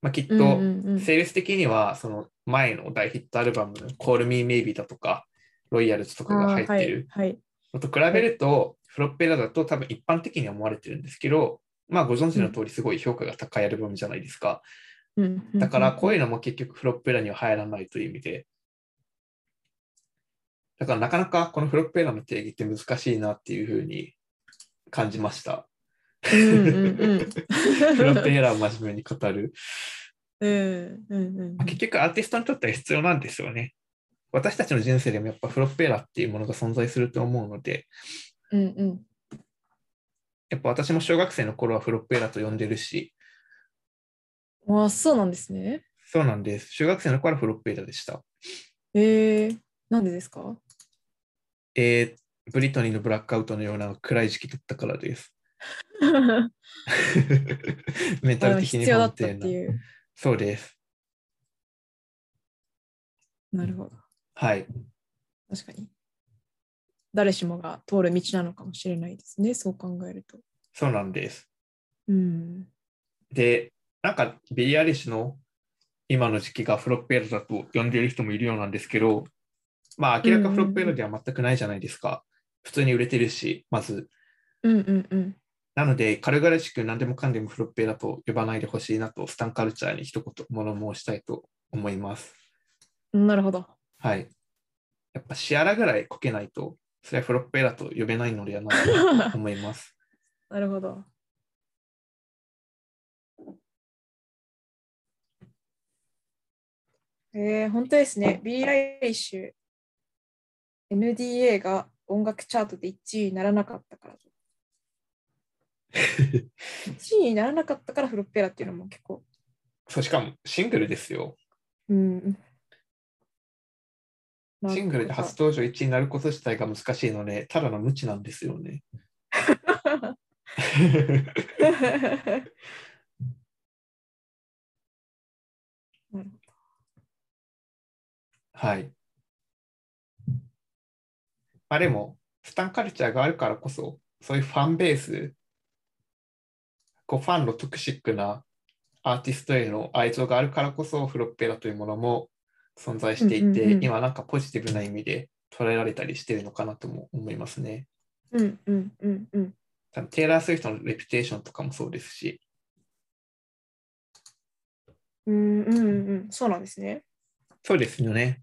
まあ、きっうんとうんうんセールス的にはその前の大ヒットアルバムの「Call Me Maybe」だとか「ロイヤルズ」とかが入ってるあーはいはいのと比べるとフロッペラだと多分一般的には思われてるんですけどまあご存知の通りすごい評価が高いアルバムじゃないですかうんうんうんだからこういうのも結局フロッペラには入らないという意味でだからなかなかこのフロッペラの定義って難しいなっていうふうに感じましたうんうんうん フロッペラを真面目に語る うんうんうんまあ結局アーティストにとっては必要なんですよね。私たちの人生でもやっぱフロッペラっていうものが存在すると思うので、うんうんやっぱ私も小学生の頃はフロッペラと呼んでるし、うん。あそうなんですね。そうなんです。小学生の頃はフロッペラでした。えー、なんでですかえー、ブリトニーのブラックアウトのような暗い時期だったからです。 メンタル的必に要だ不安ったっ定てな。いう。そうです。なるほど。はい。確かに。誰しもが通る道なのかもしれないですね。そう考えると。そうなんです。うん。で、なんかビリー・アイリッシュの今の時期がフロッペラだと呼んでいる人もいるようなんですけど、まあ明らかフロッペラでは全くないじゃないですか。普通に売れてるし、まず。うんうんうん。なので、軽々しく何でもかんでもフロッペラと呼ばないでほしいなと、スタンカルチャーに一言物申したいと思います。なるほど。はい。やっぱシアラぐらいこけないと、それはフロッペラと呼べないのではないかなと思います。 なるほど。えー、本当ですね。ビリー・ライリッシュ、NDA が音楽チャートで1位にならなかったから。1位にならなかったからフロッペラっていうのも結構。そう、しかもシングルですよ。うん。まあシングルで初登場1位になること自体が難しいので、ただの無知なんですよね。 はい。まあでも、スタンカルチャーがあるからこそ、そういうファンベース、こうファンのトクシックなアーティストへの愛情があるからこそ、フロッペラというものも存在していて、うんうんうん今なんかポジティブな意味で捉えられたりしてるのかなとも思いますね。うんうんうんうん。多分テイラー・スウィフトのレピュテーションとかもそうですし、うんうんうん。そうなんですね。そうですよね。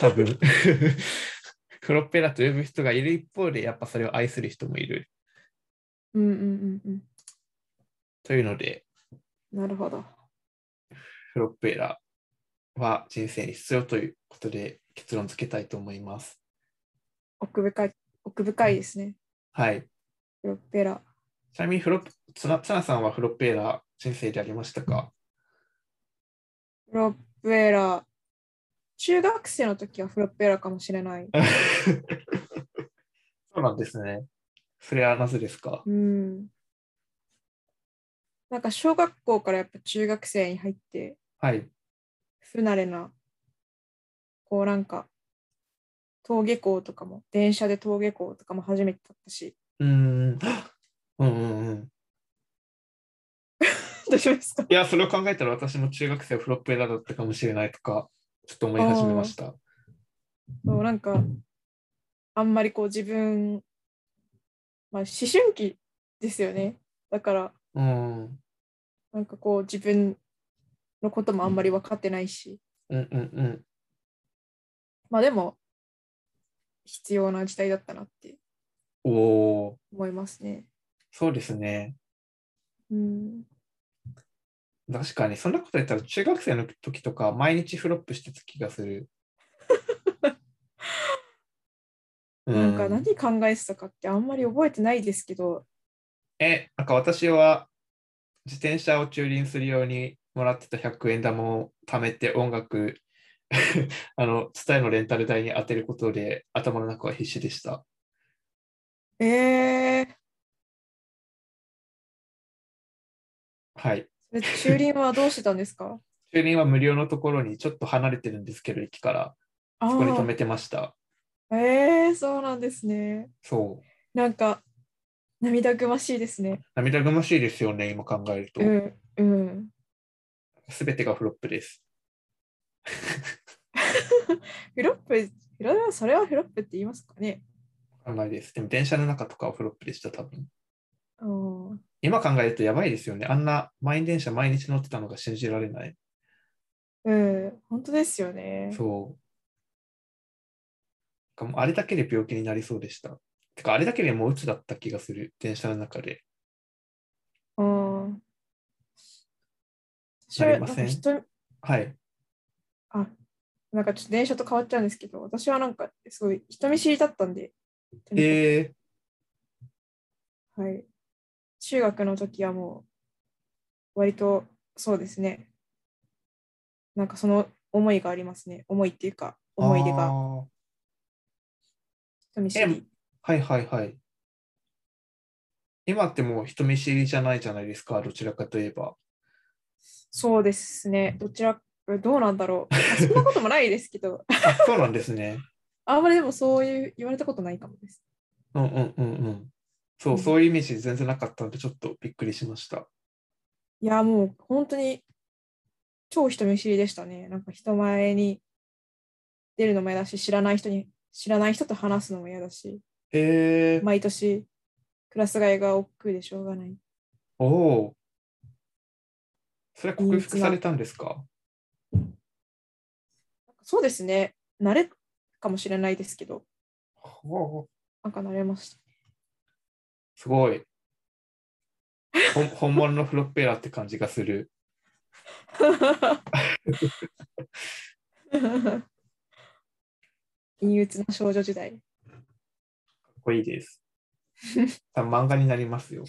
多分フロッペラと呼ぶ人がいる一方で、やっぱそれを愛する人もいるうんうんうんうん。というので、なるほど。フロッペラは人生に必要ということで結論付けたいと思います。奥深い、奥深いですね。はい。プロペラ。ちなみにフロッ、ツナツナさんはフロッペーラ人生でありましたかプロペラ。中学生の時はプロペラかもしれない。そうなんですね。それはなぜですかうん。なんか小学校からやっぱ中学生に入って、はい。不慣れな、こうなんか、登下校とかも、電車で登下校とかも初めてだったし、 うーん。 うんうんうん。大丈夫ですかいや、それを考えたら私も中学生フロッペーラだったかもしれないとか、ちょっと思い始めました。そうなんかあんまりこう自分、まあ、思春期ですよねだからうん。うんなんかこう自分のこともあんまり分かってないしうんうん。まあでも必要な時代だったなっておお、思いますね。そうですね。うん、確かに、そんなこと言ったら中学生の時とか毎日フロップしてた気がする。う なんか何考えてたかってあんまり覚えてないですけど、え、なんか私は自転車を駐輪するようにもらってた100円玉を貯めて音楽、 あの、伝えのレンタル代に当てることで頭の中は必死でした。えー、はい。それ駐輪はどうしてたんですか駐輪は無料のところにちょっと離れてるんですけど、駅から。あそこに止ーめてました。えー、そうなんですね。そう。なんか涙ぐましいですね。涙ぐましいですよね、今考えるとう。ん、うん。すべてがフロップです。フロップ、フロそれはフロップって言いますかね。わかんないです。でも電車の中とかはフロップでした、多分。うん今考えるとやばいですよね。あんな満員電車毎日乗ってたのが信じられない。うん、本当ですよね。そう。なんかもうあれだけで病気になりそうでした。てか、あれだけでもう鬱だった気がする、電車の中で。うん。私なはりませんなんか人はい。なんかちょっと電車と変わっちゃうんですけど、私はなんかすごい人見知りだったんで、とにかえくはい、中学の時はもう割とそうですね。なんかその思いがありますね。思いっていうかー、思い出あがー人見知えり。はいはいはい。今ってもう人見知りじゃないじゃないですか、どちらかといえば。そうですね。どちらどうなんだろ う。あそんなこともないですけど。あそうなんですね。あんまりでもそういう言われたことないかもです。うんうんうんうん。そうう、んそういうイメージ全然なかったんで、ちょっとびっくりしました。いや、もう本当に超人見知りでしたね。なんか人前に出るのも嫌だし、知らない人に、知らない人と話すのも嫌だし、えー、毎年クラス替えが億劫でしょうがない。おお。それは克服されたんですかそうですね。慣れかもしれないですけど、ほうなんか慣れました。すごい。ほん 本物のフロッペラって感じがする。陰鬱な少女時代。かっこいいです。多分漫画になりますよ。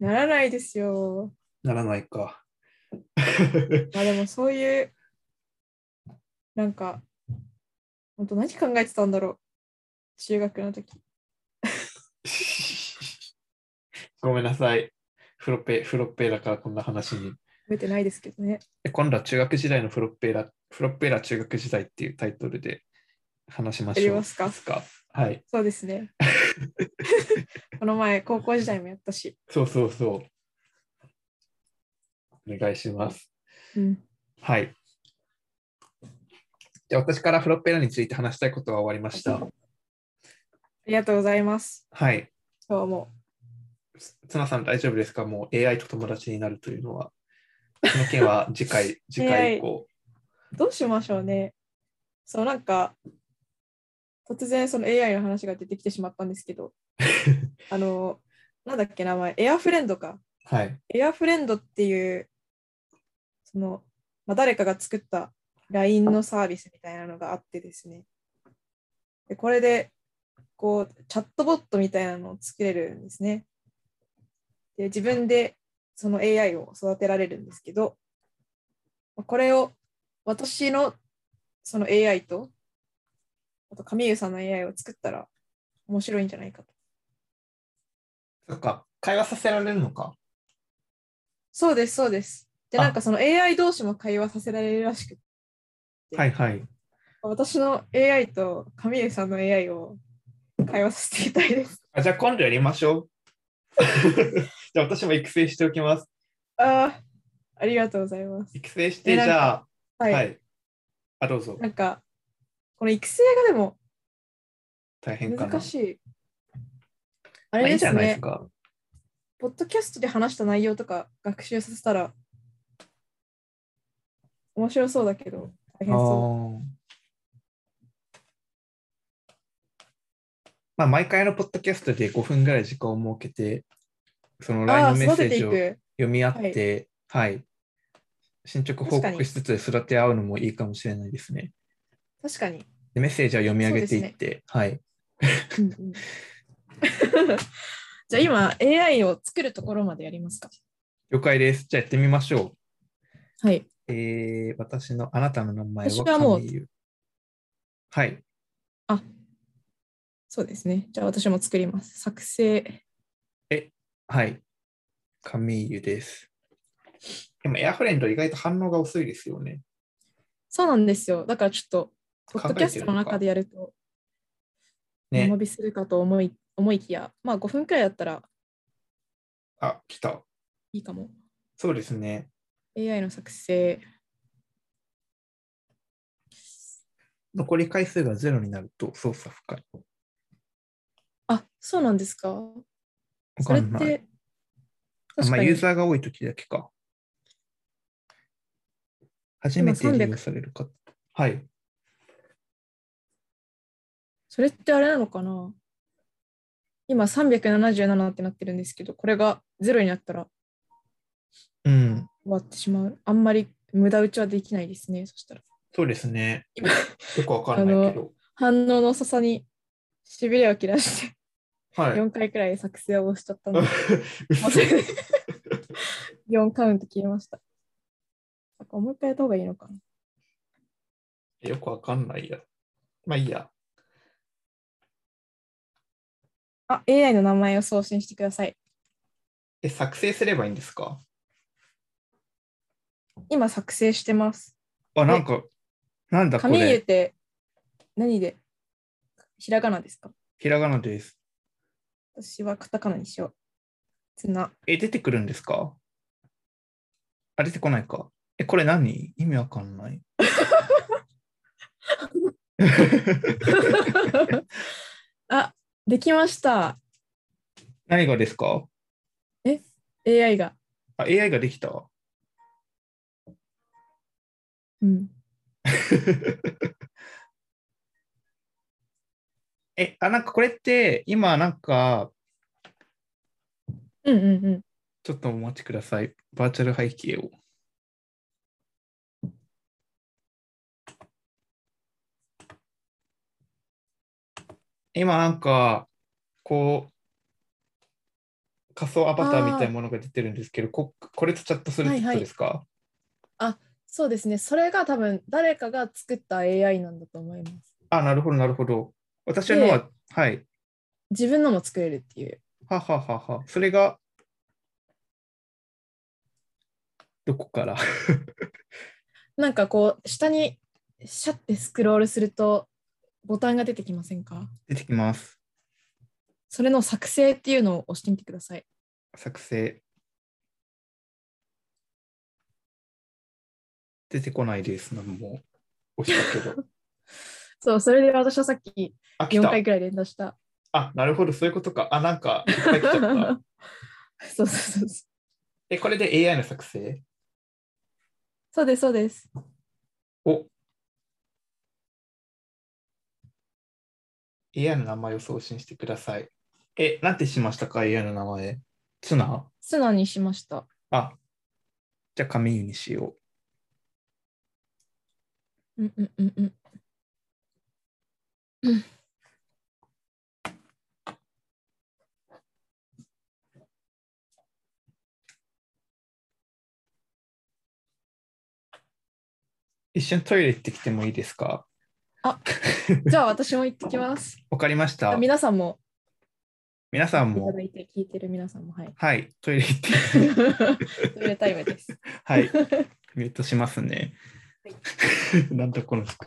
ならないですよ。ならないか。まあでもそういう、なんか、本当何考えてたんだろう。中学の時。 ごめんなさい。フロッペ、フロッペラからこんな話に。覚えてないですけどね。え今度は中学時代のフロッペラ、フロッペラ中学時代っていうタイトルで話しましょう。やりますかいいですかはい。そうですね。この前、高校時代もやったし。そうそうそう。お願いします。うん。はい。じゃあ私からフロッペラについて話したいことは終わりました。ありがとうございます。はい。今日も。つつなさん大丈夫ですかもう AI と友達になるというのは。その件は次回、次回以降。どうしましょうね。そう、なんか、突然その AI の話が出てきてしまったんですけど、あの、なんだっけ、名前、エアフレンドか。はい。エアフレンドっていう、その、まあ、誰かが作った LINE のサービスみたいなのがあってですね。でこれで、こう、チャットボットみたいなのを作れるんですね。で、自分でその AI を育てられるんですけど、これを私のその AI と、あと神湯さんの AI を作ったら面白いんじゃないかと。そっか、会話させられるのか。そうです、そうです。で、あなんかその AI 同士も会話させられるらしくてはいはい。私の AI と神江さんの AI を会話させていただきたいです。あじゃあ今度やりまし ょう。じゃあ私も育成しておきます。ああ、ありがとうございます。育成して、えじなんかゃあ、は。はいい、あ、どうぞな。んか、この育成がでも大変かな。難しい。まああれいいでんじすゃないですね、か。ポッドキャストで話した内容とか学習させたら面白そうだけど、大変あそーまあ、毎回のポッドキャストで5分ぐらい時間を設けて、そのう。あ LINE あのー、メッ育セてーていジをく。読み合って、はい、進捗報告しつつ育て合うのもいいかもしれないですね。確かに。でメッセージは読み上げていって、はい。うんうん じゃあ今 AI を作るところまでやりますか。了解です。じゃあやってみましょはい。う。えー、私のあなたの名前私ははもう神優。はい。そうですね。じゃあ私も作ります。作成。はい。神優です。でも、エアフレンド意外と反応が遅いですよね。そうなんですよ。だからちょっと、ポッ考ドえてるのかキャストの中でやると、間ね延。びするかと思い,、思いきや、まあ5分くらいだったらあ、来た。いいかも。そうですね。 AI の作成。残り回数がゼロになると操作不可。あ、そうなんですか。わそかれっんない。て、あ確まあ、かユにーザーが多いときだけか。初めて今300利用されるか。はい。それってあれなのかな今377ってなってるんですけど、これが0になったらうん。終わってしまう。あんまり無駄打ちはできないですね。そしたら。そうですね。よくわかんないけど。反応の遅さにしびれを切らして、はい。 4回くらい作成を押しちゃ ったの で。嘘4カウント消えました。なんかもう一回やった方がいいのかな。よくわかんないや。まあいいや。あ、AI の名前を送信してください。え、作成すればいいんですか今作成してます。あ、なんか、なんだこ紙入れれ。て何でひらがなですかひらがなです。私はカタカナにしよう。ツ ナ。 え、出てくるんですかあ、出てこないか。え、これ何意味わかんない。 あ、できました。何がですか AI が。あ、AI ができた。 うん。え、あ、なんかこれって、今なんか、うんうんうん。ちょっとお待ちください。バーチャル背景を。今なんか、こう、仮想アバターみたいなものが出てるんですけど、ここれとチャットするってことですか、そうですね。それが多分誰かが作った AI なんだと思います。あ、なるほど、なるほど。私のは、はい。自分のも作れるっていう。はははは。それが、どこから なんかこう、下にシャッてスクロールすると、ボタンが出てきませんか出てきます。それの作成っていうのを押してみてください。作成。出てこないです、何も。押したけど。そう、それで私はさっきあ、来4た。回くらい連打した。あ、なるほど、そういうことか。あ、なんか、いっぱい来ちゃ った。そうそうそうそう。え、これで AI の作成そうです、そうです。お AI の名前を送信してください。え、なんてしましたか ?AI の名前。ツナ素直にしました。あ、じゃあ、紙湯にしよう。うんうんうんうん。うん一瞬トイレ行ってきてもいいですかじゃあ私も行ってきます。わかりました。皆さんも、皆さんいたもだ、いて聞いてる皆さんも、 はい。はい、トイレ行って、トイレタイムです。はい、ミュートしますね。なんだこの服。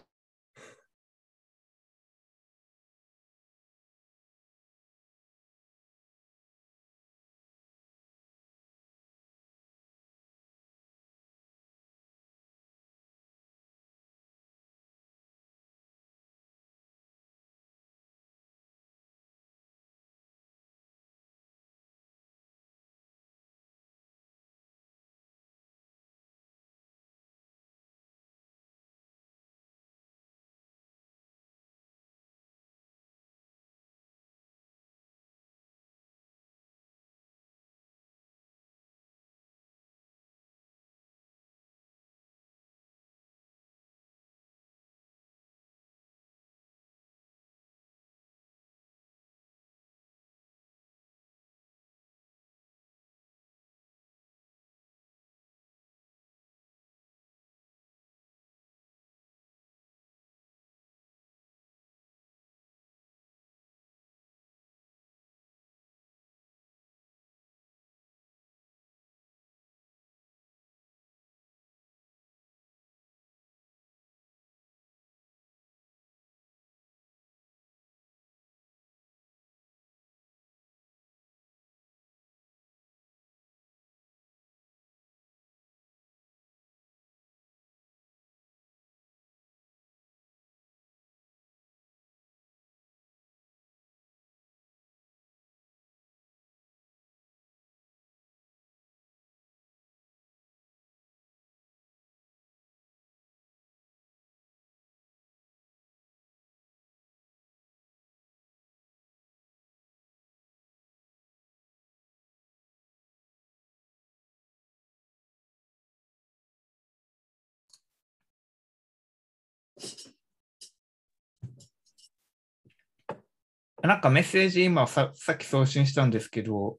なんかメッセージ今ささっき送信したんですけど、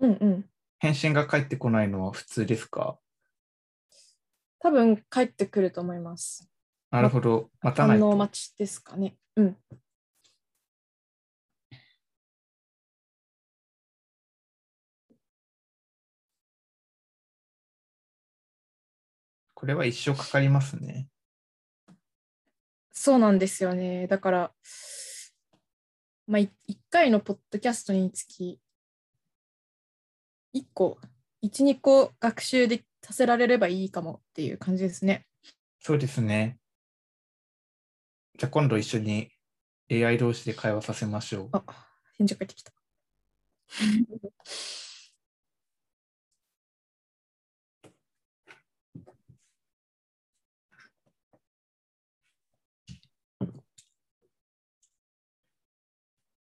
うんうん。返信が返ってこないのは普通ですか多分帰ってくると思います。なるほど。待たな反い応と。待ちですかね。うん。これは一生かかりますね。そうなんですよね。だから、まあ、1回のポッドキャストにつき、1個、1、2個学習でさせられればいいかもっていう感じですね。そうですね。じゃあ今度一緒に AI 同士で会話させましょう。あ、返事返ってきた。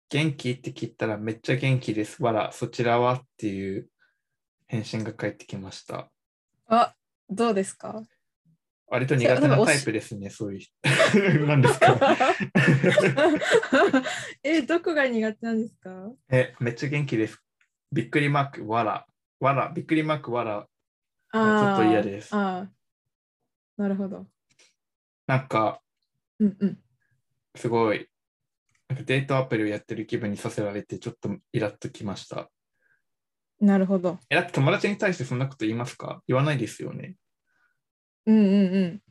元気って聞いたらめっちゃ元気です。わら、そちらはっていう返信が返ってきました。あ、どうですか 割と苦手いや多な分タイプですね、そういう人。 何ですかえ、どこが苦手なんで すかえ、めっちゃ元気です。びっくりマーク、わら。わら、びっくりマーク、わら。あーちょっと嫌ですあーなるほど。なんか、うんうん。すごい、なんかデートアプリをやってる気分にさせられて、ちょっとイラっときました。なるほど。え、だって友達に対してそんなこと言いますか言わないですよね。うんうんうん。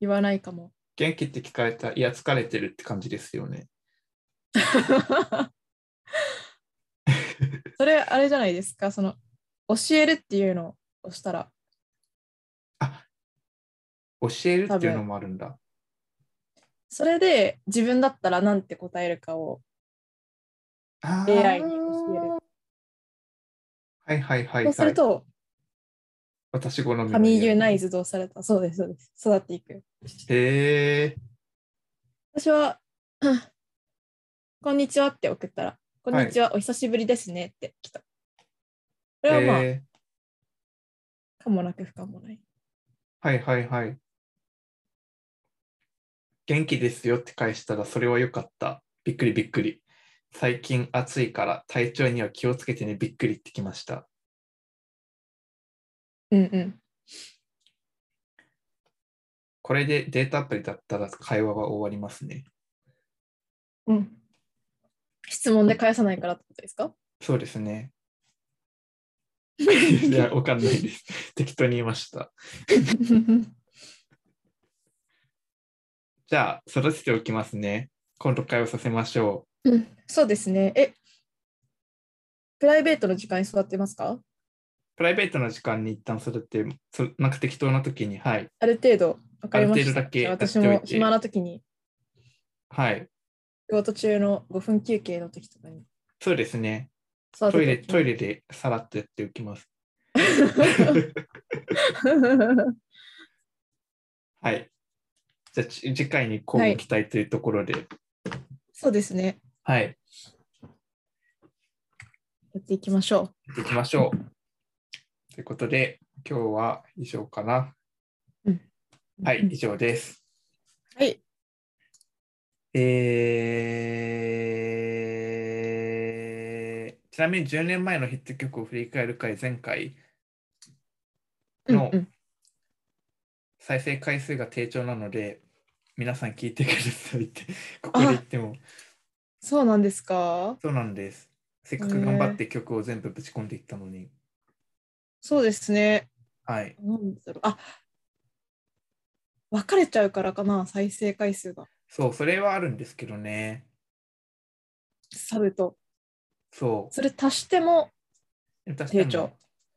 言わないかも。元気って聞かれたら、いや、疲れてるって感じですよね。それあれじゃないですかその教えるっていうのをしたら教えるっていうのもあるんだ。それで自分だったら何て答えるかをあー AI に教えるはいはいはい、そはうするい。と私好みの「神ユナイズ」どうされたそうですそうです育っていくへえ私は「こんにちは」って送ったら「こんにちは、お久しぶりですね」って来たこれはまあ、へかもなく不可もないーはいはいはい。元気ですよって返したら、それは良かった。びっくりびっくり。最近暑いから体調には気をつけてね、びっくりってきました。うんうん。これでデータアプリだったら会話は終わりますね。うん、質問で返さないからってことですか そうですね。いや、わかんないです。適当に言いました。じゃあ、育てておきますね。今度会話させましょうんそうですね。え、プライベートの時間に座ってますかう。プライベートの時間に一旦育てて、そなんか適当な時に、はい、ある程度分かりました。ある程度だけじゃあ私やってもおいて暇な時に、はい、仕事中の5分休憩の時とかにそうですね。座ってトイレ、てトイレでさらっとやっておきます。 はい。じゃあ、ち次回にこうはいいきたいというところで、はい、 そうですね。やっていきましょやっていきましょう。ということで、今日は以上かな。う。はい、以上です。はい。えーちなみに10年前のヒット曲を振り返る回前回うんのうん再生回数が低調なので、皆さん聞いてくださいってここで言ってもそうなんですかそうなんですせっかく頑張って曲を全部ぶち込んでいったのに、そうですね。はいなんだろう。あ別れちゃうからかな、再生回数が。そうそれはあるんですけどね猿と。そそれ足してもう低調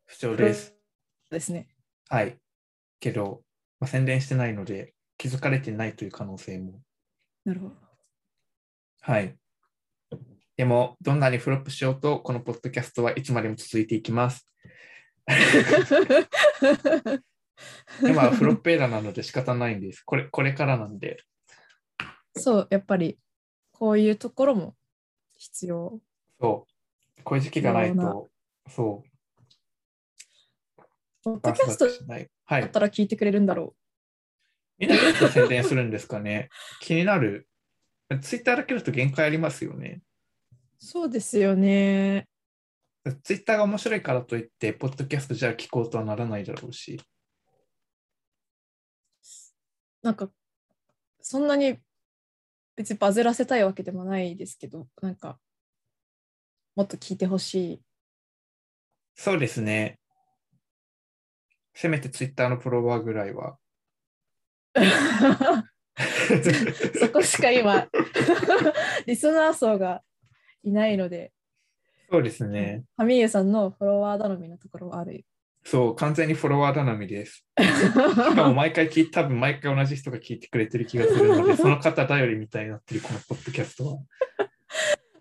不調ですですね。はいけど、まあ、宣伝してないので気づかれてないという可能性もなるほど。はい。でも、どんなにフロップしようと、このポッドキャストはいつまでも続いていき ます。今はフロップエラーなので仕方ないんです。これこれからなんで。そう、やっぱりこういうところも必要。そう。こういう時期がないなると、そう。ポッドキャスバストバスしない。はだっい。たら聞いてくれるんだろみんなどうやって宣伝するんですかね。 気になる。ツイッターだけだと限界ありますよね。う。そうですよね。ツイッターが面白いからといって、ポッドキャストじゃあ聞こうとはならないだろうし。なんかそんなに別にバズらせたいわけでもないですけど、なんかもっと聞いてほ しそうですね。せめてツイッターのフォロワーぐらい は。い。そこしか今 リスナー層がいないので、そうですね。ハミーユさんのフォロワー頼みのところはある。そう、完全にフォロワー頼みです。しかも毎回聞い、多分毎回同じ人が聞いてくれてる気がする ので、その方頼りみたいになってる、このポッドキャストは。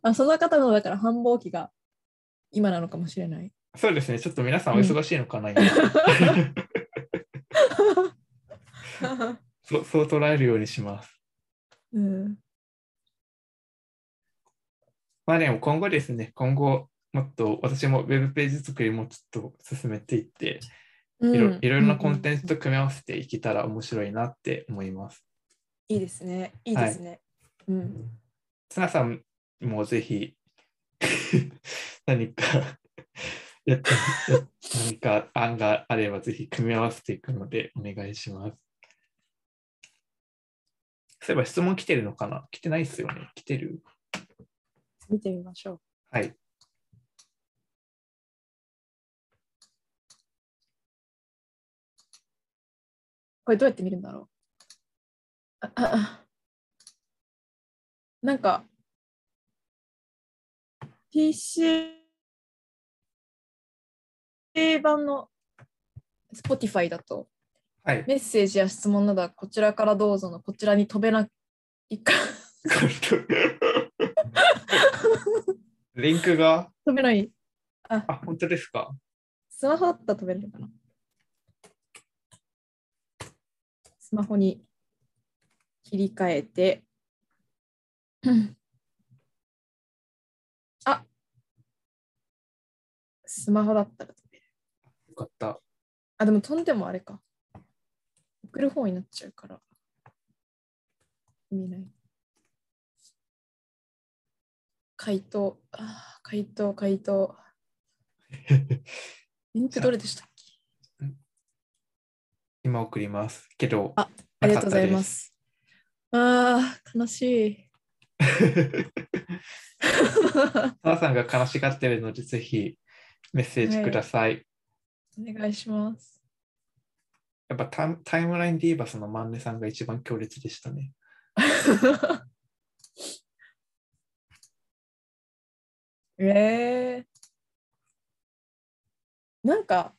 あその方のだから繁忙期が今なのかもしれない。そうですね、ちょっと皆さんお忙しいのかな、 今そうそう捉えるようにします。うん、まあでも今後ですね、今後、もっと私もウェブページ作りもちょっと進めていって、いろいろなコンテンツと組み合わせていけたら面白いなって思います。いいですね。いいですね。うん。ツナさんもぜひ 何か やっや何か案があればぜひ組み合わせていくのでお願いします。そういえば質問来てるのかな来てないですよね。来てる見てみましょう。はい。これどうやって見るんだろうああなんか PC 版の Spotify だとはい。メッセージや質問などはこちらからどうぞのこちらに飛べないか リンクが、飛べないあ、本当ですかスマホだったら飛べるのかなスマホに切り替えて。うんあスマホだったら飛べる。よかった。あ、でも飛んでもあれか。送る方になっちゃうから。意味ない。回答。あー回答、回答。リンクどれでしたっけ今送ります。けど、ああなりかがったとうでございま。す。ああ、悲し い。 お母さんが悲しがってるので、ぜひメッセージください。お願いします。やっぱタイムタイムラインディーバスのマンネさんが一番強烈でしたね。えー、なんか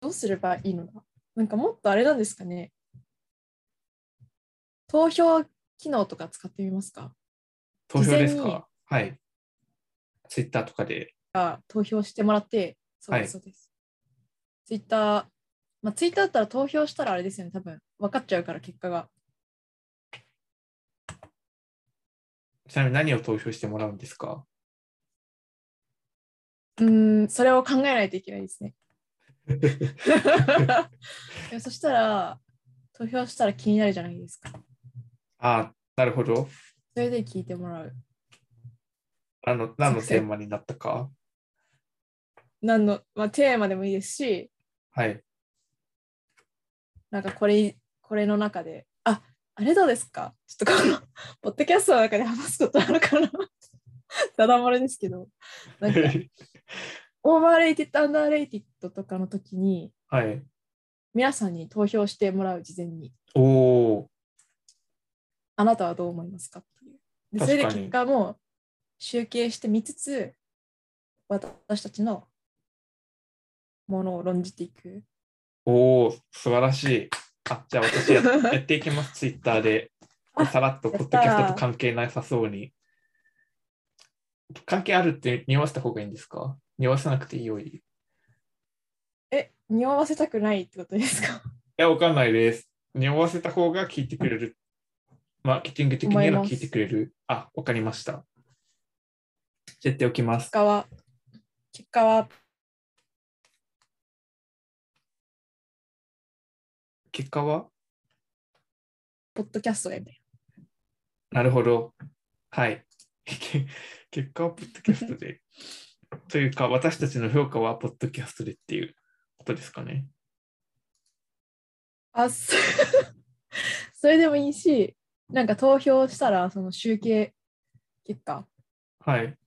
どうすればいいのかなんかもっとあれなんですかね投票機能とか使ってみますか投票です事前にかはい。ツイッターとかで。あ投票してもらってそうはでいすそうです、ツイッターまあツイッターだったら投票したらあれですよね多分分かっちゃうから結果がちなみに何を投票してもらうんですかうーん、それを考えないといけないですね。でもそしたら、投票したら気になるじゃないですか。ああ、なるほど。それで聞いてもらう。あの何の作戦テーマになったか。何の、まあ、テーマでもいいですし、はい。なんかこれ、これの中で、あ、あれどうですかちょっとこの、 ポッドキャストの中で話すことあるかな ただ漏れですけど、なんか、オーバーレイティッド、アンダーレイティッドとかの時に、 はい。皆さんに投票してもらう事前に。おおあなたはどう思いますかっていう。でそ確れかでに結果も集計してみつつ、私たちのものを論じていく。おお素晴らしい。あじゃあ私 ややっていきます、ツイッターで。あさらっとやっポたッドキャストと関係なさそうに。関係あるって匂わせた方がいいんですか匂わせなくていいより。いえ、匂わせたくないってことです かや、わかんないです。匂わせた方が聞いてくれる。マーケティング的に言えば思います聞いてくれる。あ、わかりました。やっておきます結。果は、結果は、結果はポッドキャストでみたいなるほど。はい。 け結果はポッドキャストで。というか、私たちの評価はポッドキャストでっていうことですかね。な。あ、そ それでもいいし、なんか投票したら、その集計結果、はい。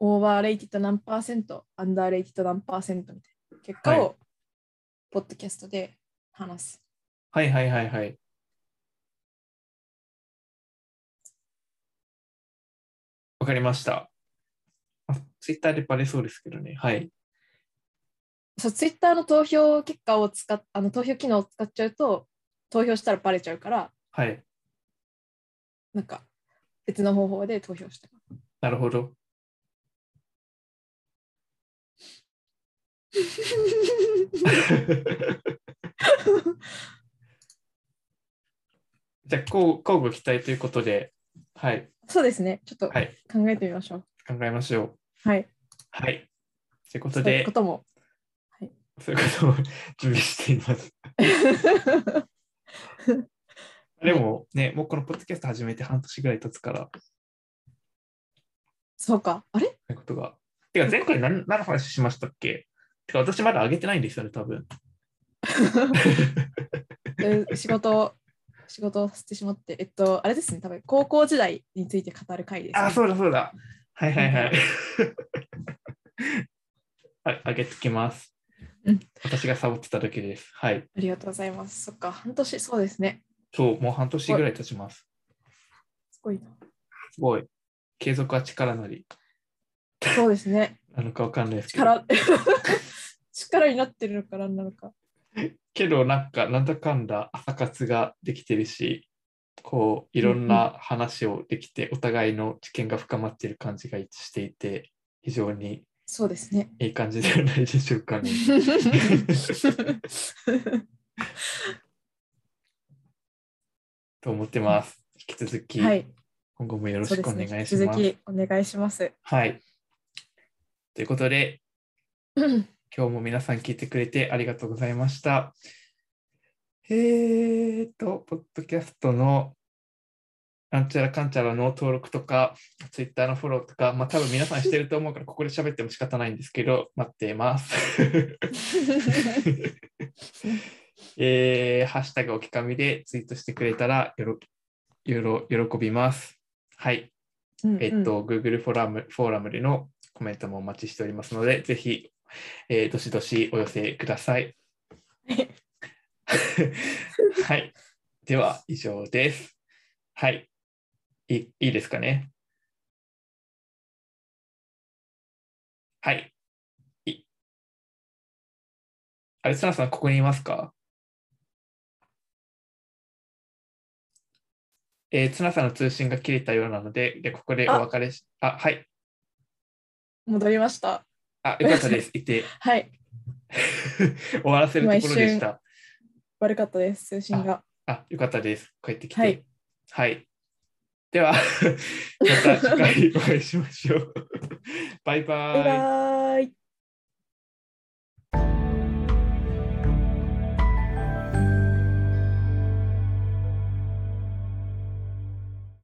オーバーレイティッド何パーセント、アンダーレイティッド何パーセントみたいな結果はを、ポッドキャストで話す。はいはいはいはい。わかりました。ツイッターでバレそうですけどね。はい。そう、ツイッターの投票結果を使っ、あの投票機能を使っちゃうと、投票したらバレちゃうから、はい。なんか別の方法で投票した。なるほ ど。じゃあ、こう交互期待ということで、はい。そうですね、ちょっと考はい。えてみましょう。考えましょう。はい、はい。ということそういうでこ、とも。そういうことを準備しています。でもね、もうこのポッドキャスト始めて半年ぐらい経つから、そうか、あれそういうことが。てか、前回何何の話しましたっけてか、私まだ上げてないんですよね、多分。えー仕事を、仕事をしてしまって、えっと、あれですね、多分高校時代について語る回です、ね。あ、そうだそうだ。はいはいはい。 はい、上げときますうん。私がサボってただけです。はい。ありがとうございます。そっか、半年、そうですね。そう、もう半年ぐらい経ちます。すごいな。すごい。継続は力なり。そうですね。なのかわかんないですけど。力、力になってるのか、なんなのか。けどなんかなんだかんだ朝活ができてるしこういろんな話をできてお互いの知見が深まっている感じが一致していて非常にそうですね。いい感じではないでしょう かね。 と思ってます。引き続き、はい、今後もよろそうしでくおす願ね。いし引まきす。続きお願いし ます。はい。ということでうん今日も皆さん聞いてくれてありがとうございました。えーと、ポッドキャストのなんちゃらかんちゃらの登録とか、ツイッターのフォローとか、まあ多分皆さんしてると思うから、ここで喋っても仕方ないんですけど、待ってます。 えー、ハッシュタグおきかみでツイートしてくれたらよろ、よろ、喜びます。はい。えっ、と、Google フォーラム、フォーラムでのコメントもお待ちしておりますので、ぜひ、えーどしどしお寄せください。はい。では、以上です。はい。いいいですかね。はい。いあれ、ツナさん、ここにいますかえー、ツナさんの通信が切れたようなので、でここでお別れし、あ、はい。うん戻りました。あ、よかったです。いて、はい、終わらせるところでした。悪かったです、通信が。あ、よかったです。帰ってきて。ははいい。では、 また次回お会いしましょう。バイババイイ。バーイ。